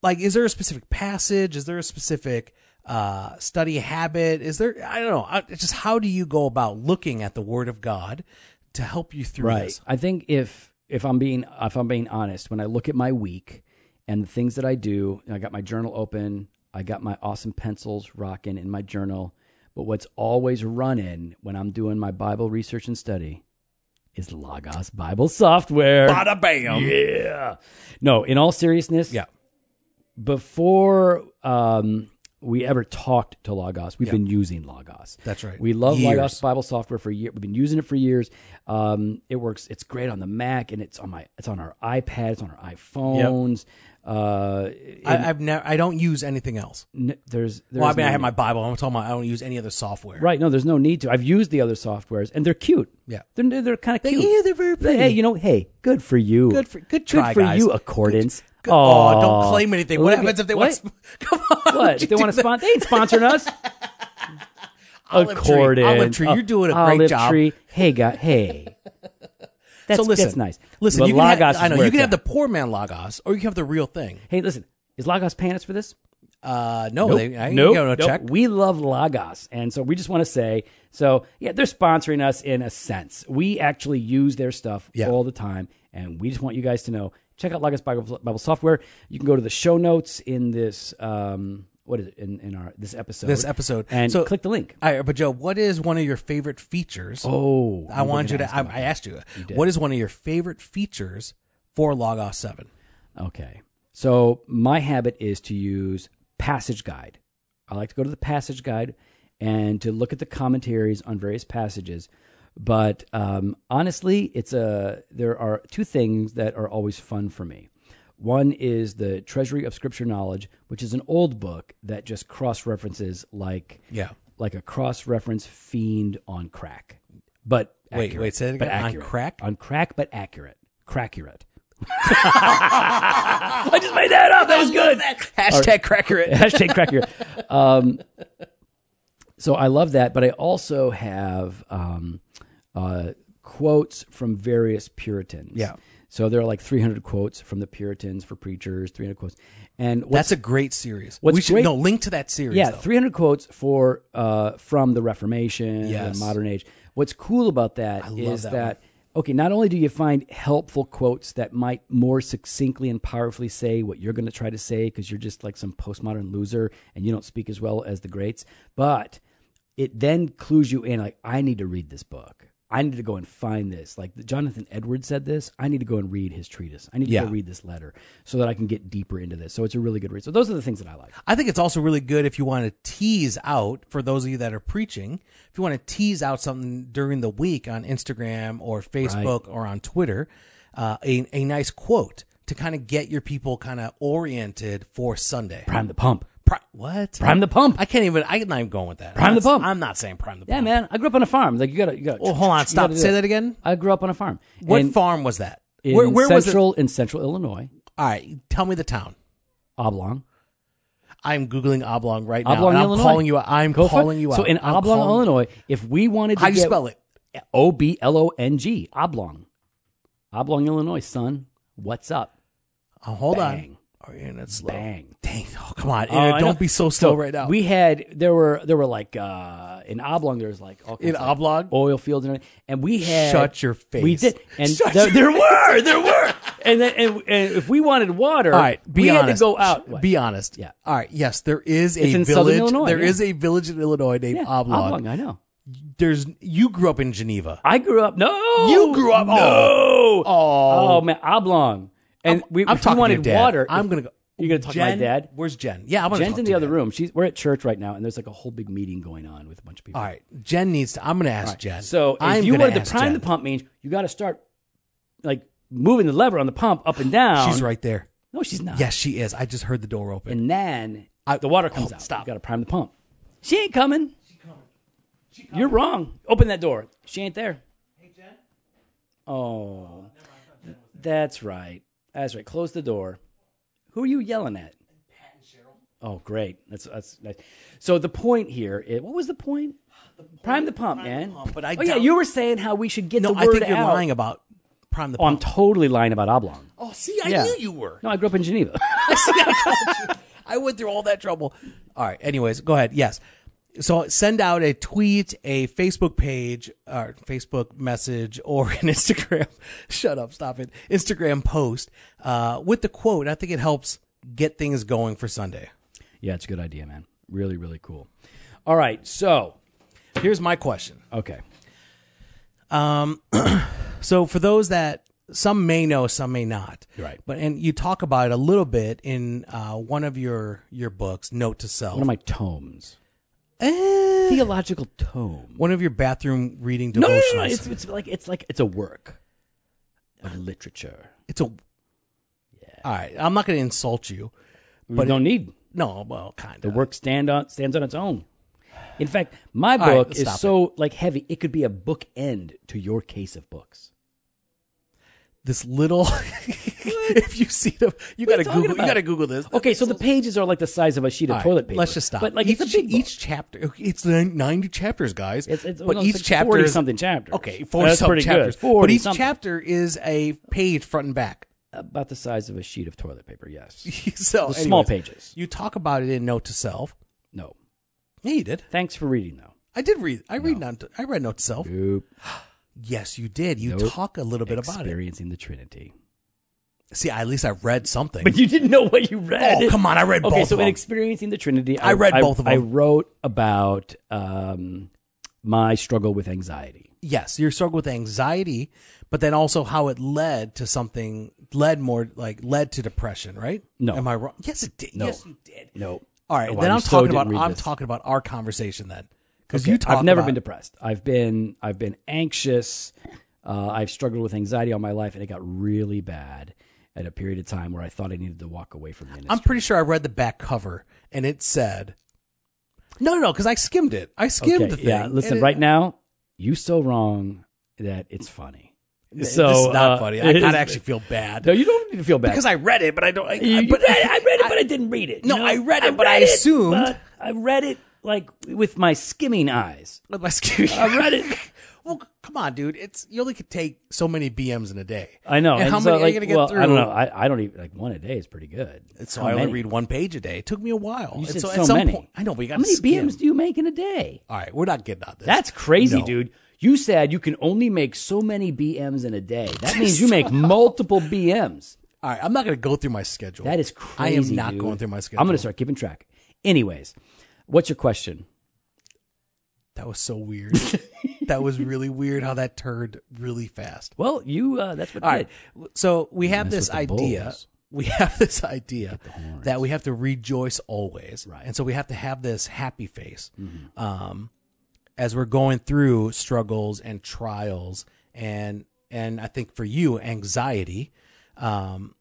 Speaker 2: like, is there a specific passage? Is there a specific uh, study habit? Is there, I don't know, I, it's just how do you go about looking at the Word of God to help you through this?
Speaker 1: I think if if I'm being if I'm being honest, when I look at my week and the things that I do, and I got my journal open, I got my awesome pencils rocking in my journal. But what's always running when I'm doing my Bible research and study is Logos Bible software.
Speaker 2: Bada bam.
Speaker 1: Yeah. No, in all seriousness,
Speaker 2: Yeah.
Speaker 1: before um, we ever talked to Logos, we've been using Logos.
Speaker 2: That's right.
Speaker 1: We love
Speaker 2: Years.
Speaker 1: Logos Bible software for years. We've been using it for years. Um, it works. It's great on the Mac, and it's on my. It's on our iPad. It's on our iPhones. Uh,
Speaker 2: I, I've never, I don't use anything else.
Speaker 1: n- there's, there's.
Speaker 2: Well, I mean, I
Speaker 1: no
Speaker 2: have
Speaker 1: need-
Speaker 2: my Bible. I'm talking about I don't use any other software.
Speaker 1: Right. No, there's no need to. I've used the other softwares, and they're cute.
Speaker 2: Yeah.
Speaker 1: They're they're kind of cute.
Speaker 2: yeah, they're very pretty.
Speaker 1: Hey, you know, hey, good for you.
Speaker 2: Good for- good try,
Speaker 1: for
Speaker 2: guys.
Speaker 1: you, accordance.
Speaker 2: Good- Oh,
Speaker 1: Aw.
Speaker 2: don't claim anything. What
Speaker 1: Look
Speaker 2: happens
Speaker 1: at-
Speaker 2: if they
Speaker 1: what?
Speaker 2: want? To, come on,
Speaker 1: What? If they want to sponsor? They ain't sponsoring us.
Speaker 2: Olive Tree,
Speaker 1: Accordance.
Speaker 2: Olive Tree, you're doing a great
Speaker 1: Olive
Speaker 2: job.
Speaker 1: Tree. Hey, guy. Hey. That's,
Speaker 2: So listen,
Speaker 1: that's nice.
Speaker 2: Listen,
Speaker 1: But
Speaker 2: you can
Speaker 1: Lagos
Speaker 2: have,
Speaker 1: is
Speaker 2: I know
Speaker 1: where
Speaker 2: you can
Speaker 1: it's
Speaker 2: have the
Speaker 1: at.
Speaker 2: poor man Lagos, or you can have the real thing.
Speaker 1: Hey, listen. Is Lagos paying us for this?
Speaker 2: Uh, no, they, I ain't
Speaker 1: Nope,
Speaker 2: got no
Speaker 1: nope.
Speaker 2: check.
Speaker 1: We love Lagos, and so we just want to say, so yeah, they're sponsoring us in a sense. We actually use their stuff
Speaker 2: Yeah.
Speaker 1: all the time, and we just want you guys to know. Check out Lagos Bible, Bible Software. You can go to the show notes in this. Um, what is it in, in our this episode?
Speaker 2: This episode.
Speaker 1: and
Speaker 2: So-
Speaker 1: click the link.
Speaker 2: All right, but Joe, what is one of your favorite features?
Speaker 1: Oh,
Speaker 2: I wanted you to. I, I asked you, what is one of your favorite features for Logos Seven?
Speaker 1: Okay. So my habit is to use passage guide. I like to go to the passage guide and to look at the commentaries on various passages. But um, honestly, it's a there are two things that are always fun for me. One is the Treasury of Scripture Knowledge, which is an old book that just cross references like
Speaker 2: Yeah.
Speaker 1: like a cross reference fiend on crack. But
Speaker 2: Wait,
Speaker 1: accurate,
Speaker 2: wait, say that
Speaker 1: but
Speaker 2: again. On
Speaker 1: accurate.
Speaker 2: crack?
Speaker 1: on crack, but accurate, crackurate. I just made that up. That was good.
Speaker 2: Hashtag cracker it.
Speaker 1: Hashtag cracker. Um, so I love that, but I also have um, uh, quotes from various Puritans.
Speaker 2: Yeah.
Speaker 1: So there are like 300 quotes from the Puritans for preachers, 300 quotes. And what's,
Speaker 2: That's a great series.
Speaker 1: what's
Speaker 2: we should
Speaker 1: great-
Speaker 2: no link to that series.
Speaker 1: yeah,
Speaker 2: though.
Speaker 1: 300 quotes for uh, from the Reformation,
Speaker 2: Yes.
Speaker 1: the modern age. What's cool about that
Speaker 2: love
Speaker 1: is
Speaker 2: that
Speaker 1: that,
Speaker 2: one.
Speaker 1: okay, not only do you find helpful quotes that might more succinctly and powerfully say what you're going to try to say because you're just like some postmodern loser and you don't speak as well as the greats, but it then clues you in like I need to read this book. I need to go and find this. Like Jonathan Edwards said this, I need to go and read his treatise. I need to
Speaker 2: Yeah.
Speaker 1: go read this letter so that I can get deeper into this. So it's a really good read. So those are the things that I like.
Speaker 2: I think it's also really good if you want to tease out for those of you that are preaching, if you want to tease out something during the week on Instagram or Facebook or on Twitter, uh, a, a nice quote to kind of get your people kind of oriented for Sunday.
Speaker 1: Prime the pump.
Speaker 2: Pri- what?
Speaker 1: Prime the pump.
Speaker 2: I can't even. I'm not even going with that.
Speaker 1: Prime
Speaker 2: I'm
Speaker 1: the
Speaker 2: not-
Speaker 1: pump.
Speaker 2: I'm not saying prime the
Speaker 1: Yeah,
Speaker 2: pump.
Speaker 1: man. I grew up on a farm. Like you gotta, you gotta.
Speaker 2: Oh, hold on.
Speaker 1: you
Speaker 2: Stop.
Speaker 1: gotta do
Speaker 2: Say that again.
Speaker 1: I grew up on a farm.
Speaker 2: What
Speaker 1: in,
Speaker 2: farm was that?
Speaker 1: in
Speaker 2: where where was it? All
Speaker 1: central in central Illinois?
Speaker 2: right. Tell me the town.
Speaker 1: Oblong.
Speaker 2: I'm googling oblong right now.
Speaker 1: Oblong,
Speaker 2: and I'm
Speaker 1: Illinois.
Speaker 2: calling you. out. I'm
Speaker 1: Go for it.
Speaker 2: calling you out.
Speaker 1: So in
Speaker 2: I'm
Speaker 1: Oblong,
Speaker 2: calling-
Speaker 1: Illinois, if we wanted to
Speaker 2: How do you
Speaker 1: get
Speaker 2: spell it?
Speaker 1: O B L O N G oblong, oblong Illinois, son. What's up?
Speaker 2: Oh, hold
Speaker 1: Bang.
Speaker 2: on. Our internet's slow.
Speaker 1: Bang.
Speaker 2: Dang. Oh, come on.
Speaker 1: Oh, I
Speaker 2: Internet,
Speaker 1: know.
Speaker 2: don't be so slow right now.
Speaker 1: We had there were there were like uh in oblong there was like all kinds
Speaker 2: in
Speaker 1: of
Speaker 2: Oblong?
Speaker 1: oil fields and everything. and we had
Speaker 2: Shut your face.
Speaker 1: We did, and
Speaker 2: Shut
Speaker 1: there,
Speaker 2: your
Speaker 1: there were there were, and then and, and if we wanted water,
Speaker 2: All right. Be
Speaker 1: we
Speaker 2: honest.
Speaker 1: had to go out. What?
Speaker 2: Be honest.
Speaker 1: Yeah.
Speaker 2: All right. Yes, there is a
Speaker 1: It's in Southern
Speaker 2: village.
Speaker 1: Illinois,
Speaker 2: There
Speaker 1: yeah.
Speaker 2: is a village in Illinois named
Speaker 1: Yeah,
Speaker 2: Oblong.
Speaker 1: I know.
Speaker 2: There's. You grew up in Geneva.
Speaker 1: I grew up. No,
Speaker 2: You grew up-
Speaker 1: No,
Speaker 2: oh.
Speaker 1: oh,
Speaker 2: Oh.
Speaker 1: man, oblong, and we,
Speaker 2: I'm
Speaker 1: if
Speaker 2: talking
Speaker 1: we wanted
Speaker 2: to your dad.
Speaker 1: water.
Speaker 2: I'm
Speaker 1: if-
Speaker 2: gonna go.
Speaker 1: You gonna talk to my
Speaker 2: Jen,
Speaker 1: dad?
Speaker 2: Where's Jen? Yeah, I'm gonna
Speaker 1: Jen's
Speaker 2: talk
Speaker 1: in
Speaker 2: to
Speaker 1: the other
Speaker 2: dad.
Speaker 1: room. She's we're at church right now, and there's like a whole big meeting going on with a bunch of people.
Speaker 2: All right. Jen needs to. I'm gonna ask Jen.
Speaker 1: So if
Speaker 2: I'm
Speaker 1: you
Speaker 2: gonna
Speaker 1: wanted to
Speaker 2: ask
Speaker 1: prime
Speaker 2: Jen.
Speaker 1: the pump, means you got to start like moving the lever on the pump up and down.
Speaker 2: She's right there.
Speaker 1: No, she's not.
Speaker 2: Yes, she is. I just heard the door open.
Speaker 1: And then
Speaker 2: I-
Speaker 1: the water comes
Speaker 2: Hold-
Speaker 1: out.
Speaker 2: stop.
Speaker 1: You got to prime the pump. She ain't coming. She coming. You're wrong. Open that door. She ain't there. Hey, Jen. Oh, that's right. That's right. Close the door. Who are you yelling at? Pat and Cheryl. Oh, great. That's that's nice. So the point here. Is, what was the point? prime the pump, man.
Speaker 2: pump, but I
Speaker 1: oh yeah,
Speaker 2: doubt-
Speaker 1: you were saying how we should get
Speaker 2: no,
Speaker 1: the word
Speaker 2: I think you're
Speaker 1: out.
Speaker 2: lying about prime the.
Speaker 1: Oh, I'm totally lying about oblong.
Speaker 2: Oh, see, I
Speaker 1: Yeah.
Speaker 2: knew you were.
Speaker 1: No, I grew up in Geneva.
Speaker 2: I went through all that trouble. All right. Anyways, go ahead. Yes. So send out a tweet, a Facebook page, or Facebook message, or an Instagram. Shut up. Stop it. Instagram post uh, with the quote. I think it helps get things going for Sunday.
Speaker 1: yeah, it's a good idea, man. Really, really cool. All right, so
Speaker 2: Here's my question.
Speaker 1: Okay.
Speaker 2: So for those that some may know, some may not.
Speaker 1: Right.
Speaker 2: But and you talk about it a little bit in uh, one of your your books, Note to Self.
Speaker 1: One of my tomes.
Speaker 2: Eh,
Speaker 1: Theological tome.
Speaker 2: one of your bathroom reading devotionals.
Speaker 1: No, no, no, no. It's, it's like it's like it's a work
Speaker 2: Uh,
Speaker 1: of literature.
Speaker 2: It's a. All right, I'm not going to insult you.
Speaker 1: But don't need
Speaker 2: No, well, kind
Speaker 1: the
Speaker 2: of.
Speaker 1: work stand on stands on its own. In fact, my
Speaker 2: All right,
Speaker 1: book
Speaker 2: stop
Speaker 1: is so like heavy it could be a bookend to your case of books.
Speaker 2: This little. if you see the, you got to
Speaker 1: talking
Speaker 2: Google. You
Speaker 1: about?
Speaker 2: got to Google this.
Speaker 1: Okay, so the pages are like the size of a sheet of
Speaker 2: All right,
Speaker 1: toilet paper.
Speaker 2: Let's just stop.
Speaker 1: But like
Speaker 2: each,
Speaker 1: it's a big book.
Speaker 2: each chapter. okay, It's nin- 90 chapters, guys.
Speaker 1: It's- it's-
Speaker 2: but
Speaker 1: no, it's
Speaker 2: each
Speaker 1: like
Speaker 2: chapter
Speaker 1: 40
Speaker 2: is-
Speaker 1: something chapters.
Speaker 2: Okay, 40
Speaker 1: That's
Speaker 2: something
Speaker 1: pretty good.
Speaker 2: chapters.
Speaker 1: 40
Speaker 2: but each
Speaker 1: something.
Speaker 2: chapter is a page front and back.
Speaker 1: about the size of a sheet of toilet paper. Yes.
Speaker 2: so
Speaker 1: The small
Speaker 2: anyways,
Speaker 1: pages.
Speaker 2: You talk about it in Note to Self.
Speaker 1: No.
Speaker 2: Yeah, you did.
Speaker 1: Thanks for reading though.
Speaker 2: I did read. I read. Not, I read Note to Self.
Speaker 1: Nope.
Speaker 2: Yes, you did. You
Speaker 1: Nope.
Speaker 2: talk a little bit about it.
Speaker 1: Experiencing the Trinity.
Speaker 2: See, at least I read something.
Speaker 1: But you didn't know what you read.
Speaker 2: Oh, come on, I read
Speaker 1: okay,
Speaker 2: both
Speaker 1: so
Speaker 2: of
Speaker 1: in
Speaker 2: them.
Speaker 1: Experiencing the Trinity,
Speaker 2: I read both of
Speaker 1: I
Speaker 2: them.
Speaker 1: wrote about um, my struggle with anxiety.
Speaker 2: yes, your struggle with anxiety, but then also how it led to something led more like led to depression, right?
Speaker 1: No.
Speaker 2: Am I wrong? Yes, it did.
Speaker 1: No.
Speaker 2: Yes, you did.
Speaker 1: No.
Speaker 2: All right,
Speaker 1: Oh,
Speaker 2: then
Speaker 1: you
Speaker 2: I'm
Speaker 1: so
Speaker 2: talking
Speaker 1: didn't
Speaker 2: about
Speaker 1: read
Speaker 2: I'm
Speaker 1: this.
Speaker 2: talking about our conversation then, because
Speaker 1: Okay,
Speaker 2: you talk.
Speaker 1: I've never
Speaker 2: about-
Speaker 1: been depressed. I've been I've been anxious. Uh, I've struggled with anxiety all my life, and it got really bad at a period of time where I thought I needed to walk away from ministry.
Speaker 2: I'm pretty sure I read the back cover and it said, no, no, no, because I skimmed it. I skimmed the thing.
Speaker 1: Yeah, listen, right now, you so wrong that it's funny. so
Speaker 2: this is not
Speaker 1: uh,
Speaker 2: funny.
Speaker 1: it
Speaker 2: I kind
Speaker 1: is-
Speaker 2: of actually feel bad
Speaker 1: No, you don't need to feel bad
Speaker 2: because I read it, but I don't. I,
Speaker 1: You-
Speaker 2: I-
Speaker 1: you
Speaker 2: but
Speaker 1: read it, I read it, but I didn't read it. you
Speaker 2: No, I read it, but I assumed-
Speaker 1: but I read it, like with my skimming eyes.
Speaker 2: With my skin.
Speaker 1: I read it.
Speaker 2: well, come on, dude. It's you only could take so many BMs in a day.
Speaker 1: I know.
Speaker 2: And, how
Speaker 1: so,
Speaker 2: many are
Speaker 1: like,
Speaker 2: you gonna get
Speaker 1: well,
Speaker 2: through?
Speaker 1: I don't know. I, I don't even like one a day is pretty good.
Speaker 2: And so
Speaker 1: How
Speaker 2: I only
Speaker 1: many?
Speaker 2: read one page a day. It took me a while.
Speaker 1: You
Speaker 2: And
Speaker 1: said
Speaker 2: so,
Speaker 1: so,
Speaker 2: at some
Speaker 1: many.
Speaker 2: point, I know we got
Speaker 1: How many
Speaker 2: skim.
Speaker 1: BMs do you make in a day?
Speaker 2: All right, we're not getting on this.
Speaker 1: That's crazy,
Speaker 2: No.
Speaker 1: dude. You said you can only make so many BMs in a day. That means you make multiple BMs.
Speaker 2: all right. I'm not going to go through my schedule.
Speaker 1: That is crazy.
Speaker 2: I am not
Speaker 1: dude.
Speaker 2: going through my schedule.
Speaker 1: I'm going to start keeping track. Anyways, what's your question?
Speaker 2: That was so weird. that was really weird how that turned really fast.
Speaker 1: Well, you uh, that's what
Speaker 2: All
Speaker 1: I
Speaker 2: right.
Speaker 1: did.
Speaker 2: So we have
Speaker 1: mess
Speaker 2: this
Speaker 1: with the
Speaker 2: idea.
Speaker 1: bulls.
Speaker 2: We have this idea that we have to rejoice always. Right. And so we have to have this happy face
Speaker 1: Mm-hmm.
Speaker 2: um, as we're going through struggles and trials and and I think for you anxiety. Um,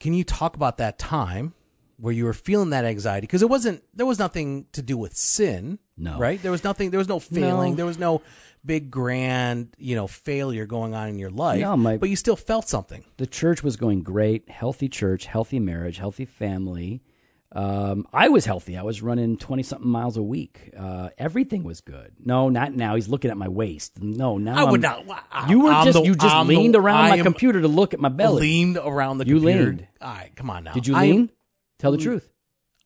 Speaker 2: can you talk about that time where you were feeling that anxiety? Because it wasn't there was nothing to do with sin.
Speaker 1: No.
Speaker 2: Right? There was nothing there was no failing.
Speaker 1: No.
Speaker 2: There was no big grand, you know, failure going on in your life.
Speaker 1: No, my-
Speaker 2: but you still felt something.
Speaker 1: The church was going great. Healthy church, healthy marriage, healthy family. Um, I was healthy. I was running twenty something miles a week. Uh, everything was good. No, not now. He's looking at my waist. No, now
Speaker 2: I would
Speaker 1: I'm-
Speaker 2: not- I-
Speaker 1: um, you were
Speaker 2: I'm
Speaker 1: just
Speaker 2: the-
Speaker 1: you just
Speaker 2: I'm the-
Speaker 1: leaned around
Speaker 2: I
Speaker 1: my
Speaker 2: am
Speaker 1: computer to look at my belly.
Speaker 2: leaned around the
Speaker 1: You
Speaker 2: computer.
Speaker 1: leaned.
Speaker 2: All right, come on now.
Speaker 1: Did you
Speaker 2: I- Mm.
Speaker 1: lean? Tell the truth.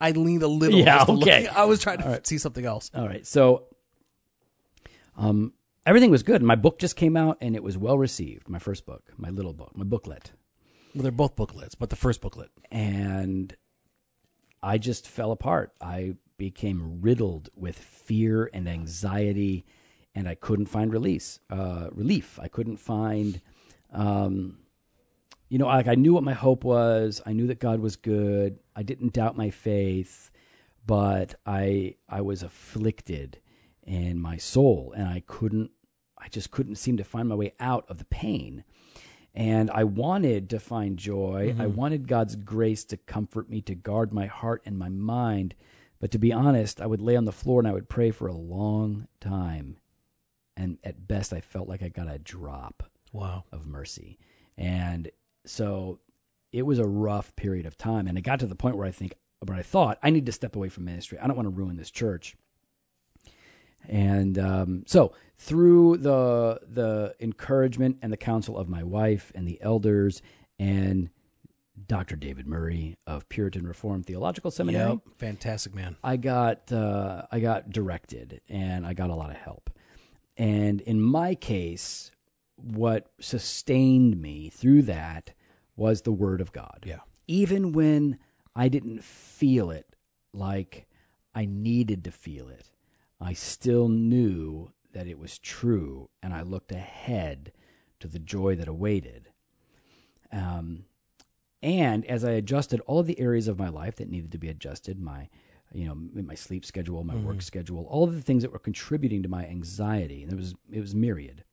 Speaker 2: I, leaned a little.
Speaker 1: Yeah,
Speaker 2: just to look-
Speaker 1: okay.
Speaker 2: I was trying to see something else.
Speaker 1: All right. So um everything was good. My book just came out and it was well received. My first book, my little book, my booklet.
Speaker 2: Well, they're both booklets, but the first booklet.
Speaker 1: And I just fell apart. I became riddled with fear and anxiety and I couldn't find release, uh relief. I couldn't find um you know, like I knew what my hope was. I knew that God was good. I didn't doubt my faith, but I I was afflicted in my soul, and I couldn't. I just couldn't seem to find my way out of the pain. And I wanted to find joy. I wanted God's grace to comfort me, to guard my heart and my mind. But to be honest, I would lay on the floor and I would pray for a long time. And at best, I felt like I got a drop
Speaker 2: Wow.
Speaker 1: of mercy. And so it was a rough period of time. And it got to the point where I think, where I thought, I need to step away from ministry. I don't want to ruin this church. And um, so through the the encouragement and the counsel of my wife and the elders and Dr. David Murray of Puritan Reformed Theological Seminary,
Speaker 2: Yep. Fantastic man.
Speaker 1: I got uh, I got directed and I got a lot of help. And in my case, what sustained me through that was the Word of God.
Speaker 2: Yeah.
Speaker 1: Even when I didn't feel it like I needed to feel it, I still knew that it was true, and I looked ahead to the joy that awaited. Um, and as I adjusted all of the areas of my life that needed to be adjusted, my you know m- my sleep schedule, my
Speaker 2: Mm-hmm.
Speaker 1: work schedule, all of the things that were contributing to my anxiety, and it was it was myriad.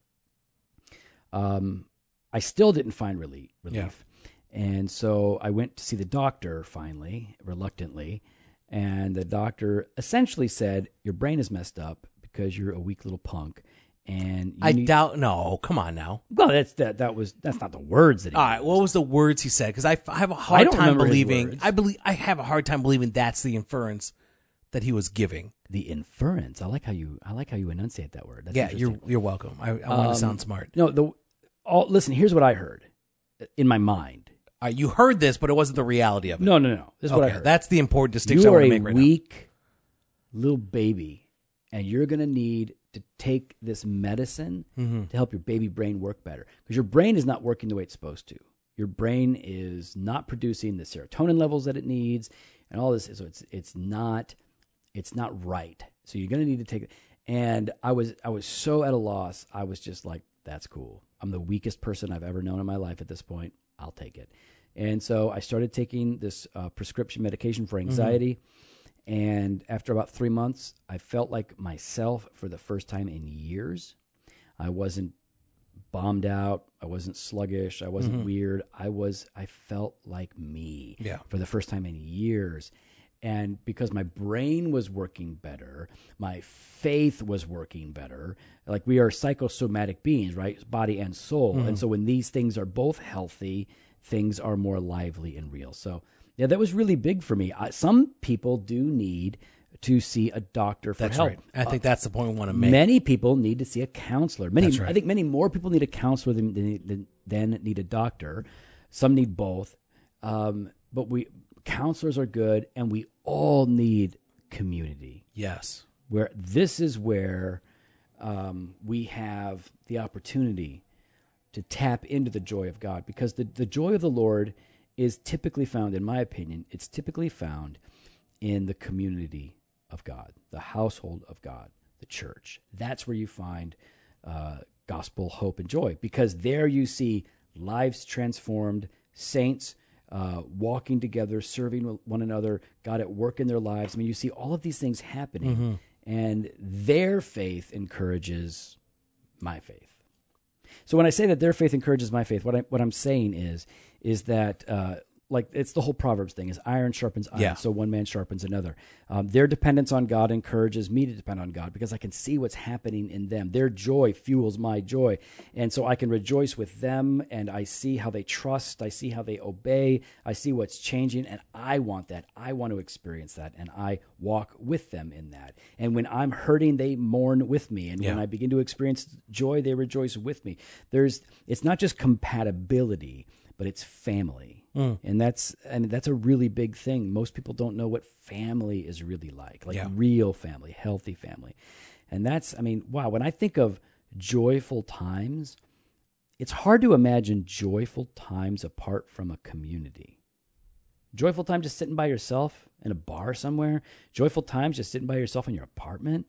Speaker 1: Um, I still didn't find relief. relief. And so I went to see the doctor finally, reluctantly, and the doctor essentially said, "Your brain is messed up because you're a weak little punk." And you
Speaker 2: I
Speaker 1: need-
Speaker 2: doubt. No, come on now.
Speaker 1: well, that's that that was that's not the words that he
Speaker 2: All right. What was the words he said? Because I, I have a hard
Speaker 1: I don't
Speaker 2: time
Speaker 1: remember his
Speaker 2: believing.
Speaker 1: words.
Speaker 2: I believe I have a hard time believing that's the inference that he was giving.
Speaker 1: the inference. I like how you I like how you enunciate that word. That's
Speaker 2: yeah, you're
Speaker 1: interesting.
Speaker 2: you're welcome. I, I want
Speaker 1: Um,
Speaker 2: to sound smart.
Speaker 1: No, the all listen, here's what I heard in my mind.
Speaker 2: All right, you heard this, but it wasn't the reality of it.
Speaker 1: No, no, no. This is what I
Speaker 2: Okay,
Speaker 1: heard.
Speaker 2: That's the important distinction I
Speaker 1: you are
Speaker 2: want to
Speaker 1: a
Speaker 2: make right
Speaker 1: weak little baby and you're going to need to take this medicine
Speaker 2: Mm-hmm.
Speaker 1: to help your baby brain work better because your brain is not working the way it's supposed to your brain is not producing the serotonin levels that it needs and all this so it's it's not it's not right so you're going to need to take it and i was i was so at a loss i was just like that's cool i'm the weakest person i've ever known in my life at this point i'll take it and so i started taking this uh, prescription medication for anxiety and after about three months, I felt like myself for the first time in years. I wasn't bombed out. I wasn't sluggish. I wasn't weird. I was, I felt like me
Speaker 2: Mm-hmm. Yeah.
Speaker 1: for the first time in years. And because my brain was working better, my faith was working better. Like we are psychosomatic beings, right? Body and soul.
Speaker 2: Mm-hmm.
Speaker 1: And so when these things are both healthy, things are more lively and real. So, yeah, that was really big for me. I, some people do need to see a doctor for
Speaker 2: That's
Speaker 1: help.
Speaker 2: right. I think that's the point we want to make.
Speaker 1: Many people need to see a counselor. Many,
Speaker 2: right.
Speaker 1: I think, many more people need a counselor than than, than need a doctor. Some need both, um, but we counselors are good, and we all need community.
Speaker 2: Yes.
Speaker 1: Where this is where um, we have the opportunity to tap into the joy of God, because the the joy of the Lord is typically found, in my opinion, it's typically found in the community of God, the household of God, the church. That's where you find uh, gospel hope and joy because there you see lives transformed, saints uh, walking together, serving one another, God at work in their lives. I mean, you see all of these things happening, and their faith encourages my faith. So when I say that their faith encourages my faith, what I what I'm saying is is that uh, like it's the whole proverbs thing is iron sharpens iron,
Speaker 2: Yeah.
Speaker 1: so one man sharpens another. Um, their dependence on God encourages me to depend on God because I can see what's happening in them. Their joy fuels my joy, and so I can rejoice with them. And I see how they trust, I see how they obey, I see what's changing, and I want that. I want to experience that, and I walk with them in that. And when I'm hurting, they mourn with me, and when
Speaker 2: Yeah.
Speaker 1: I begin to experience joy, they rejoice with me. There's it's not just compatibility, but it's family. And that's I mean that's a really big thing. Most people don't know what family is really like. Like
Speaker 2: Yeah.
Speaker 1: real family, healthy family. And that's I mean, wow, when I think of joyful times, it's hard to imagine joyful times apart from a community. Joyful time just sitting by yourself in a bar somewhere. Joyful times just sitting by yourself in your apartment.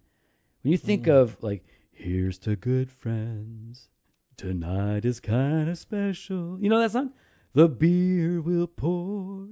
Speaker 1: When you think of like, here's to good friends. Tonight is kind of special. You know that song? The beer will pour.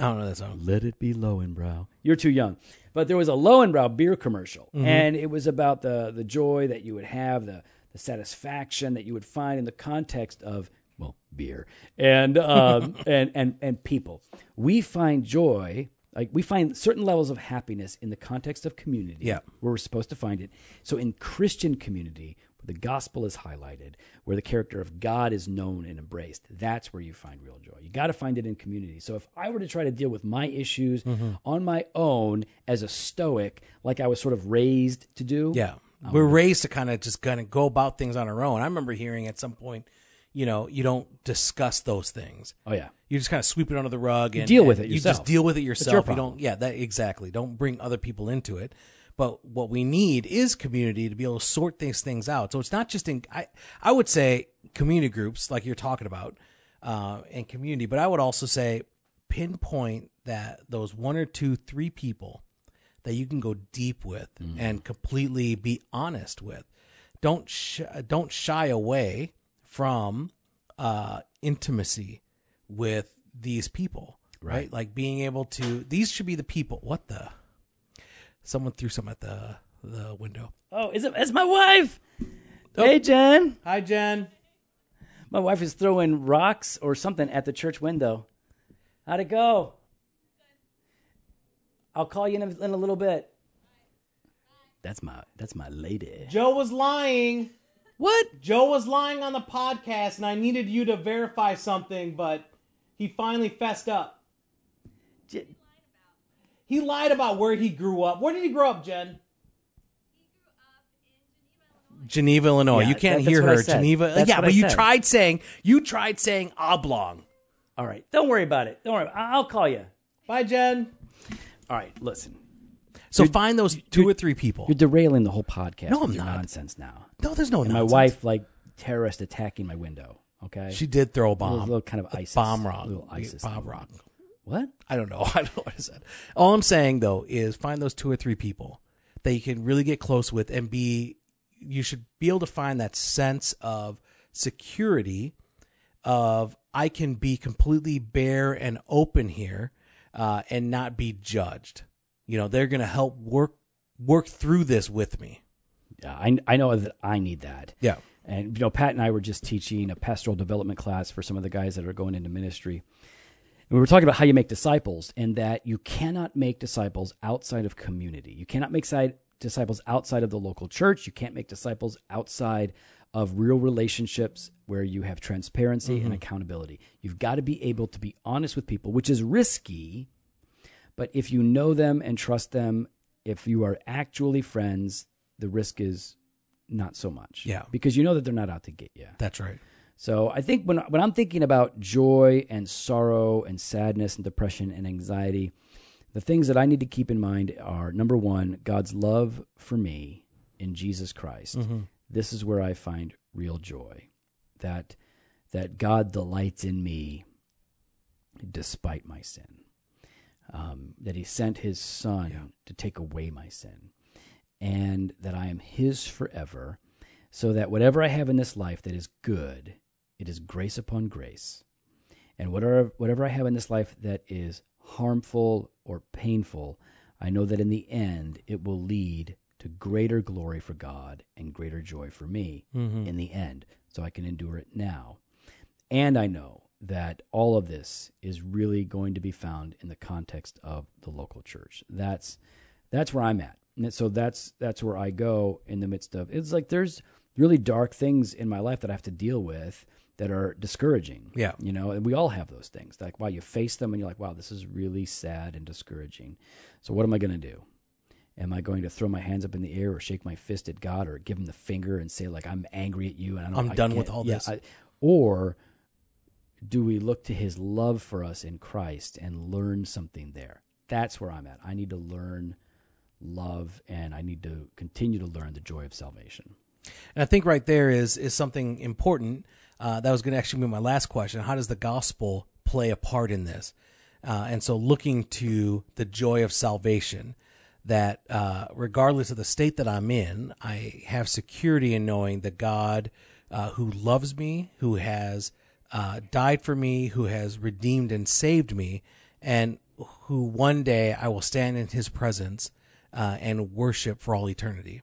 Speaker 2: I don't know that song.
Speaker 1: Let it be Lowenbrow. You're too young. But there was a Lowenbrow beer commercial, and it was about the the joy that you would have, the the satisfaction that you would find in the context of well beer and um, and and and people. We find joy. Like we find certain levels of happiness in the context of community,
Speaker 2: Yeah.
Speaker 1: where we're supposed to find it. So in Christian community, where the gospel is highlighted, where the character of God is known and embraced, that's where you find real joy. You got to find it in community. So if I were to try to deal with my issues
Speaker 2: Mm-hmm.
Speaker 1: on my own as a stoic, like I was sort of raised to do,
Speaker 2: Yeah. We're raised to kind of just kind of go about things on our own. I remember hearing at some point, you know, you don't discuss those things.
Speaker 1: oh yeah,
Speaker 2: You just kind of sweep it under the rug and
Speaker 1: deal with
Speaker 2: and
Speaker 1: it
Speaker 2: You
Speaker 1: yourself.
Speaker 2: just deal with it
Speaker 1: It's
Speaker 2: yourself.
Speaker 1: your
Speaker 2: you
Speaker 1: problem.
Speaker 2: don't. Yeah, that exactly. Don't bring other people into it. But what we need is community to be able to sort these things out. So it's not just in. I I would say community groups like you're talking about, uh, and community. But I would also say pinpoint that those one or two, three people that you can go deep with and completely be honest with. Don't sh- don't shy away from uh, intimacy with these people, right? Like being able to. These should be the people. What the? Someone threw something at the the window.
Speaker 1: oh, is it? It's my wife.
Speaker 2: Oh.
Speaker 1: Hey Jen,
Speaker 2: Hi, Jen.
Speaker 1: my wife is throwing rocks or something at the church window. How'd it go? I'll call you in a, in a little bit. That's my that's my lady.
Speaker 2: Joe was lying.
Speaker 1: What?
Speaker 2: Joe was lying on the podcast, and I needed you to verify something, but he finally fessed up.
Speaker 1: J-
Speaker 2: He lied about where he grew up. Where did he grow up, Jen? Geneva, Illinois.
Speaker 1: Yeah,
Speaker 2: you can't
Speaker 1: that- that's
Speaker 2: hear
Speaker 1: what I
Speaker 2: her.
Speaker 1: said.
Speaker 2: Geneva.
Speaker 1: That's
Speaker 2: yeah,
Speaker 1: what
Speaker 2: but
Speaker 1: I
Speaker 2: you
Speaker 1: said.
Speaker 2: tried saying you tried saying oblong.
Speaker 1: All right, don't worry about it. Don't worry. I- I'll call you.
Speaker 2: Bye, Jen.
Speaker 1: All right, listen.
Speaker 2: So find those two or three people.
Speaker 1: You're derailing the whole podcast.
Speaker 2: No,
Speaker 1: with
Speaker 2: I'm
Speaker 1: your
Speaker 2: not.
Speaker 1: Nonsense now.
Speaker 2: No, there's no.
Speaker 1: And my wife, like terrorist, attacking my window. Okay.
Speaker 2: She did throw a
Speaker 1: a
Speaker 2: bomb.
Speaker 1: little kind of ISIS
Speaker 2: bomb rock.
Speaker 1: Little ISIS.
Speaker 2: Bomb rock.
Speaker 1: What?
Speaker 2: I don't know. I don't know what I said. All I'm saying though is find those two or three people that you can really get close with and be you should be able to find that sense of security of I can be completely bare and open here uh, and not be judged. You know, they're gonna help work work through this with me.
Speaker 1: Yeah, I I know that I need that.
Speaker 2: Yeah.
Speaker 1: And you know, Pat and I were just teaching a pastoral development class for some of the guys that are going into ministry. And we were talking about how you make disciples and that you cannot make disciples outside of community. You cannot make side, disciples outside of the local church. You can't make disciples outside of real relationships where you have transparency and accountability. You've got to be able to be honest with people, which is risky, But if you know them and trust them, if you are actually friends, the risk is not so much.
Speaker 2: Yeah.
Speaker 1: Because you know that they're not out to get you.
Speaker 2: That's right.
Speaker 1: So I think when when I'm thinking about joy and sorrow and sadness and depression and anxiety, the things that I need to keep in mind are number one, God's love for me in Jesus Christ. This is where I find real joy. That that God delights in me despite my sin. Um, that He sent His Son to take away my sin, and that I am His forever so that whatever I have in this life that is good, it is grace upon grace. And whatever, whatever I have in this life that is harmful or painful, I know that in the end it will lead to greater glory for God and greater joy for me in the end. So I can endure it now. And I know that all of this is really going to be found in the context of the local church. That's that's where I'm at. And so that's that's where I go in the midst of it's like there's really dark things in my life that I have to deal with that are discouraging.
Speaker 2: Yeah.
Speaker 1: You know, and we all have those things. Like wow, you face them and you're like, wow, this is really sad and discouraging. So what am I gonna do? Am I going to throw my hands up in the air or shake my fist at God or give him the finger and say like I'm angry at you and I don't,
Speaker 2: I'm
Speaker 1: I
Speaker 2: done
Speaker 1: can't-
Speaker 2: with all
Speaker 1: yeah,
Speaker 2: this.
Speaker 1: I- or do we look to his love for us in Christ and learn something there? That's where I'm at. I need to learn love and I need to continue to learn the joy of salvation.
Speaker 2: And I think right there is is something important. Uh, that was going to actually be my last question. How does the gospel play a part in this? Uh, and so, looking to the joy of salvation, that uh, regardless of the state that I'm in, I have security in knowing that God, uh, who loves me, who has uh, died for me, who has redeemed and saved me, and who one day I will stand in His presence uh, and worship for all eternity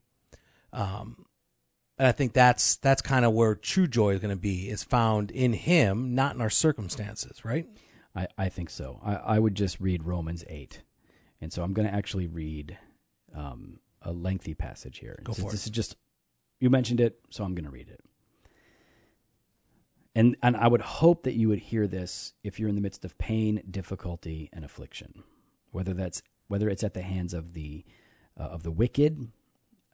Speaker 2: and I think that's that's kind of where true joy is going to be is found in Him, not in our circumstances, right?
Speaker 1: I, I think so. I, I would just read Romans 8. And so I'm going to actually read um, a lengthy passage here. Go
Speaker 2: for
Speaker 1: this is just, you mentioned it, so I'm going to read it. And, and I would hope that you would hear this if you're in the midst of pain, difficulty, and affliction, whether that's whether it's at the hands of the uh, of the wicked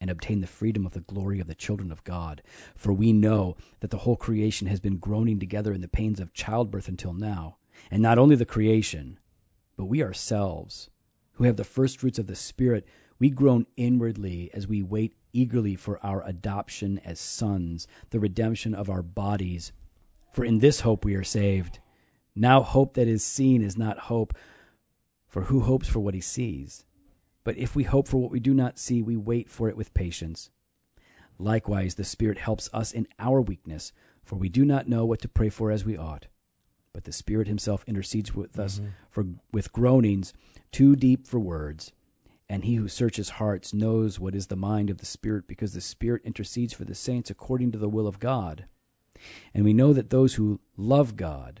Speaker 1: and obtain the freedom of the glory of the children of God. For we know that the whole creation has been groaning together in the pains of childbirth until now. And not only the creation, but we ourselves, who have the first fruits of the Spirit, we groan inwardly as we wait eagerly for our adoption as sons, the redemption of our bodies. For in this hope we are saved. Now, hope that is seen is not hope, for who hopes for what he sees? But if we hope for what we do not see, we wait for it with patience. Likewise, the Spirit helps us in our weakness, for we do not know what to pray for as we ought. But the Spirit Himself intercedes with us for, with groanings too deep for words. And He who searches hearts knows what is the mind of the Spirit, because the Spirit intercedes for the saints according to the will of God. And we know that those who love God,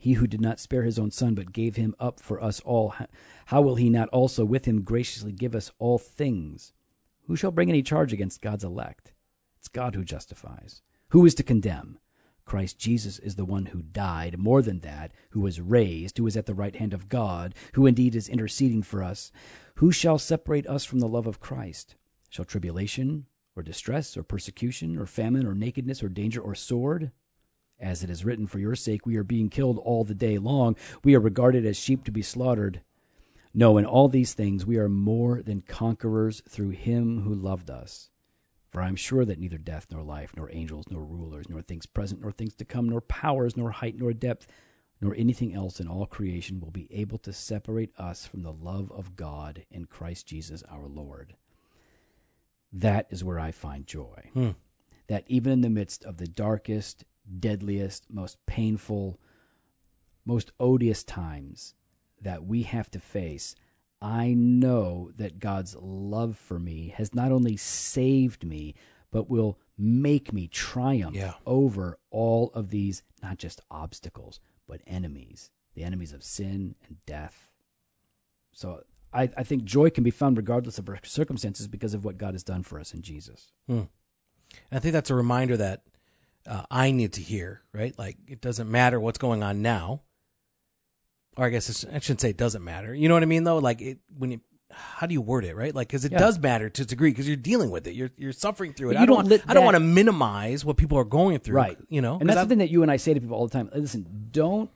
Speaker 1: He who did not spare his own son, but gave him up for us all, h- how will he not also with him graciously give us all things? Who shall bring any charge against God's elect? It's God who justifies. Who is to condemn? Christ Jesus is the one who died, more than that, who was raised, who is at the right hand of God, who indeed is interceding for us. Who shall separate us from the love of Christ? Shall tribulation, or distress, or persecution, or famine, or nakedness, or danger, or sword? As it is written, For your sake we are being killed all the day long. We are regarded as sheep to be slaughtered. No, in all these things we are more than conquerors through him who loved us. For I am sure that neither death, nor life, nor angels, nor rulers, nor things present, nor things to come, nor powers, nor height, nor depth, nor anything else in all creation will be able to separate us from the love of God in Christ Jesus our Lord. That is where I find joy.
Speaker 2: Hmm.
Speaker 1: That even in the midst of the darkest, deadliest, most painful, most odious times that we have to face, I know that God's love for me has not only saved me, but will make me triumph
Speaker 2: Yeah.
Speaker 1: over all of these, not just obstacles, but enemies, the enemies of sin and death. So I, I think joy can be found regardless of our circumstances because of what God has done for us in Jesus.
Speaker 2: I think that's a reminder that uh, I need to hear, right? Like, it doesn't matter what's going on now. Or I guess it's, I shouldn't say it doesn't matter. You know what I mean, though? Like, it, when you, how do you word it, right? Like, because it
Speaker 1: Yeah.
Speaker 2: does matter to a degree because you're dealing with it. You're, you're suffering through it.
Speaker 1: But
Speaker 2: I
Speaker 1: you
Speaker 2: don't,
Speaker 1: don't
Speaker 2: want,
Speaker 1: let
Speaker 2: I don't
Speaker 1: that-
Speaker 2: want to minimize what people are going through.
Speaker 1: right
Speaker 2: You know?
Speaker 1: and
Speaker 2: 'Cause
Speaker 1: that's
Speaker 2: I-
Speaker 1: the thing that you and i say to people all the time listen don't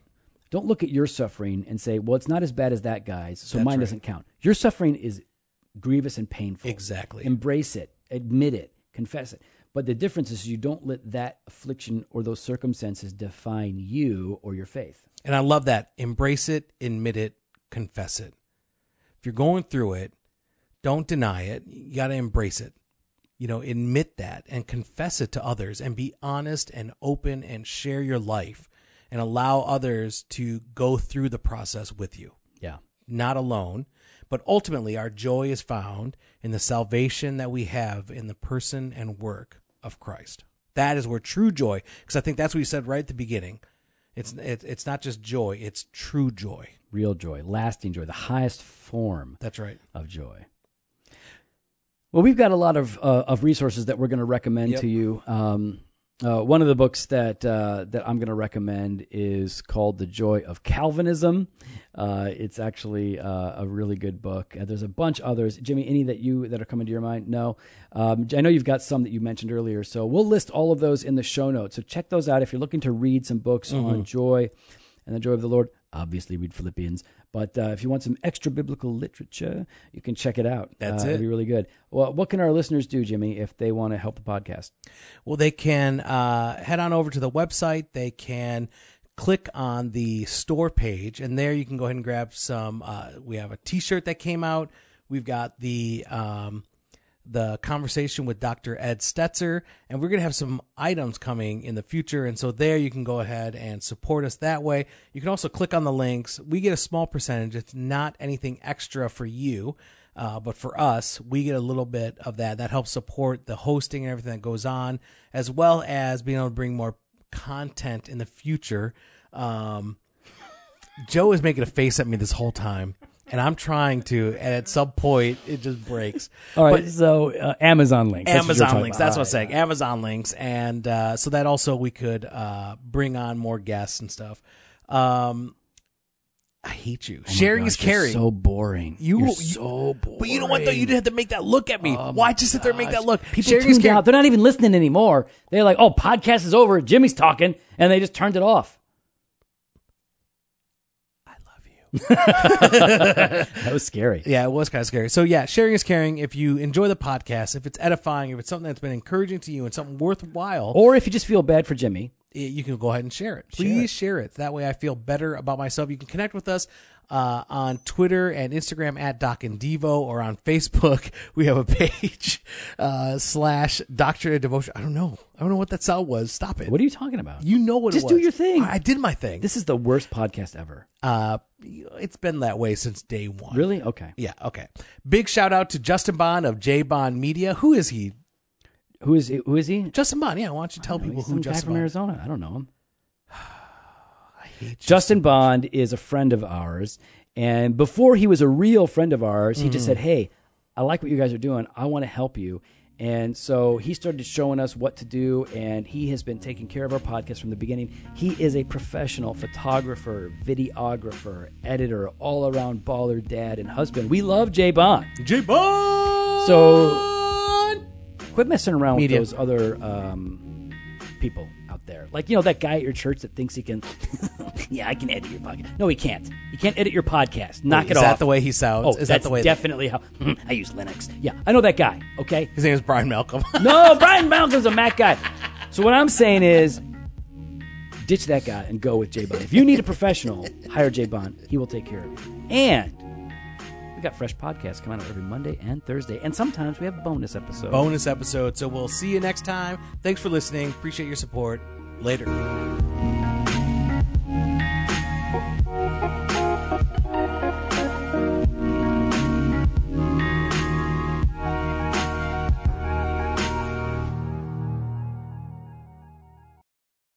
Speaker 1: don't look at your suffering and say well it's not as bad as that guy's so
Speaker 2: That's
Speaker 1: mine
Speaker 2: right.
Speaker 1: doesn't count your suffering is grievous and painful
Speaker 2: Exactly.
Speaker 1: embrace it admit it confess it but the difference is you don't let that affliction or those circumstances define you or your faith
Speaker 2: And I love that. Embrace it, admit it, confess it. If you're going through it, don't deny it. You got to embrace it. You know, admit that and confess it to others and be honest and open and share your life and allow others to go through the process with you,
Speaker 1: yeah
Speaker 2: not alone. But ultimately, our joy is found in the salvation that we have in the person and work of Christ. That is where true joy, because I think that's what you said right at the beginning. It's it, it's not just joy; it's true joy.
Speaker 1: real joy lasting joy the highest form
Speaker 2: That's right.
Speaker 1: of joy. Well, we've got a lot of uh, of resources that we're going to recommend
Speaker 2: Yep.
Speaker 1: to you. Um, uh, one of the books that uh, that I'm going to recommend is called "The Joy of Calvinism." Uh, it's actually uh, a really good book. Uh, there's a bunch others. Jimmy, any that you that are coming to your mind? No, um, I know you've got some that you mentioned earlier. So we'll list all of those in the show notes. So check those out if you're looking to read some books
Speaker 2: Mm-hmm.
Speaker 1: on joy and the joy of the Lord. Obviously, read Philippians. But uh, if you want some extra biblical literature, you can check it out.
Speaker 2: That's
Speaker 1: Uh,
Speaker 2: it.
Speaker 1: It'd be really good. Well, what can our listeners do, Jimmy, if they want to help the podcast?
Speaker 2: Well, they can uh, head on over to the website. They can click on the store page, and there you can go ahead and grab some. Uh, we have a T-shirt that came out. We've got the um, the conversation with Dr. Ed Stetzer, and we're going to have some items coming in the future. And so there you can go ahead and support us that way. You can also click on the links. We get a small percentage. It's not anything extra for you. Uh, but for us, we get a little bit of that. That helps support the hosting and everything that goes on, as well as being able to bring more content in the future. Um, Joe is making a face at me this whole time, and I'm trying to, and at some point, it just breaks.
Speaker 1: All right. so uh, Amazon links. That's what you're
Speaker 2: Amazon
Speaker 1: talking
Speaker 2: links.
Speaker 1: about.
Speaker 2: That's what I'm
Speaker 1: All right.
Speaker 2: saying. Amazon links, and uh, so that also we could uh, bring on more guests and stuff. Um, I hate you.
Speaker 1: Oh my
Speaker 2: Sharing
Speaker 1: gosh,
Speaker 2: is caring.
Speaker 1: You're so boring.
Speaker 2: You-
Speaker 1: You're
Speaker 2: you-
Speaker 1: so boring.
Speaker 2: but you know what though? You didn't have to make that look at me.
Speaker 1: Oh
Speaker 2: Why
Speaker 1: my
Speaker 2: just sit there and make
Speaker 1: gosh.
Speaker 2: that look?
Speaker 1: People
Speaker 2: Sharing is
Speaker 1: tuned
Speaker 2: caring.
Speaker 1: out. They're not even listening anymore. They're like, "Oh, podcast is over. Jimmy's talking," and they just turned it off.
Speaker 2: I love you.
Speaker 1: That was scary.
Speaker 2: Yeah, it was kind of scary. So yeah, sharing is caring. If you enjoy the podcast, if it's edifying, if it's something that's been encouraging to you and something worthwhile,
Speaker 1: Or if you just feel bad for Jimmy,
Speaker 2: i- you can go ahead and Oh. share it. Please share it. That way I feel better about myself. You can connect with us uh, on Twitter and Instagram at Doc and Devo or on Facebook. We have a page uh, slash Doctor of Devotion. I don't know. I don't know what that sound was. Stop it.
Speaker 1: what are you talking about?
Speaker 2: you know what
Speaker 1: Just
Speaker 2: it
Speaker 1: do
Speaker 2: was.
Speaker 1: your thing.
Speaker 2: I I did my thing.
Speaker 1: this is the worst podcast ever.
Speaker 2: uh, it's been that way since day one.
Speaker 1: Really? Okay.
Speaker 2: Yeah, okay. Big shout out to Justin Bond of J Bond Media. Who is he?
Speaker 1: Who is who is he?
Speaker 2: Justin Bond, yeah, why don't you tell people
Speaker 1: He's
Speaker 2: who
Speaker 1: some guy
Speaker 2: Justin
Speaker 1: from
Speaker 2: Bond is?
Speaker 1: Arizona. I don't know him.
Speaker 2: I hate you.
Speaker 1: Justin Bond is a friend of ours, and before he was a real friend of ours, he
Speaker 2: Mm.
Speaker 1: just said, "Hey, I like what you guys are doing. I want to help you." And so he started showing us what to do, and he has been taking care of our podcast from the beginning. He is a professional photographer, videographer, editor, all around baller dad and husband. We love Jay Bond.
Speaker 2: J Bond!
Speaker 1: So- Quit messing around
Speaker 2: Media.
Speaker 1: with those other um, people out there. Like, you know, that guy at your church that thinks he can yeah, I can edit your podcast. No, he can't. He can't edit your podcast. Knock
Speaker 2: Is
Speaker 1: it off.
Speaker 2: that the way he sounds?
Speaker 1: Oh,
Speaker 2: is that
Speaker 1: that's
Speaker 2: the way?
Speaker 1: definitely how I use Linux. Yeah, I know that guy. Okay.
Speaker 2: his name is Brian Malcolm.
Speaker 1: No, Brian Malcolm's a Mac guy. So what I'm saying is, ditch that guy and go with J Bond. If you need a professional, hire J Bond. He will take care of you. And we got fresh podcasts coming out every Monday and Thursday, and sometimes we have bonus episodes.
Speaker 2: Bonus episode. So we'll see you next time. Thanks for listening. Appreciate your support. Later.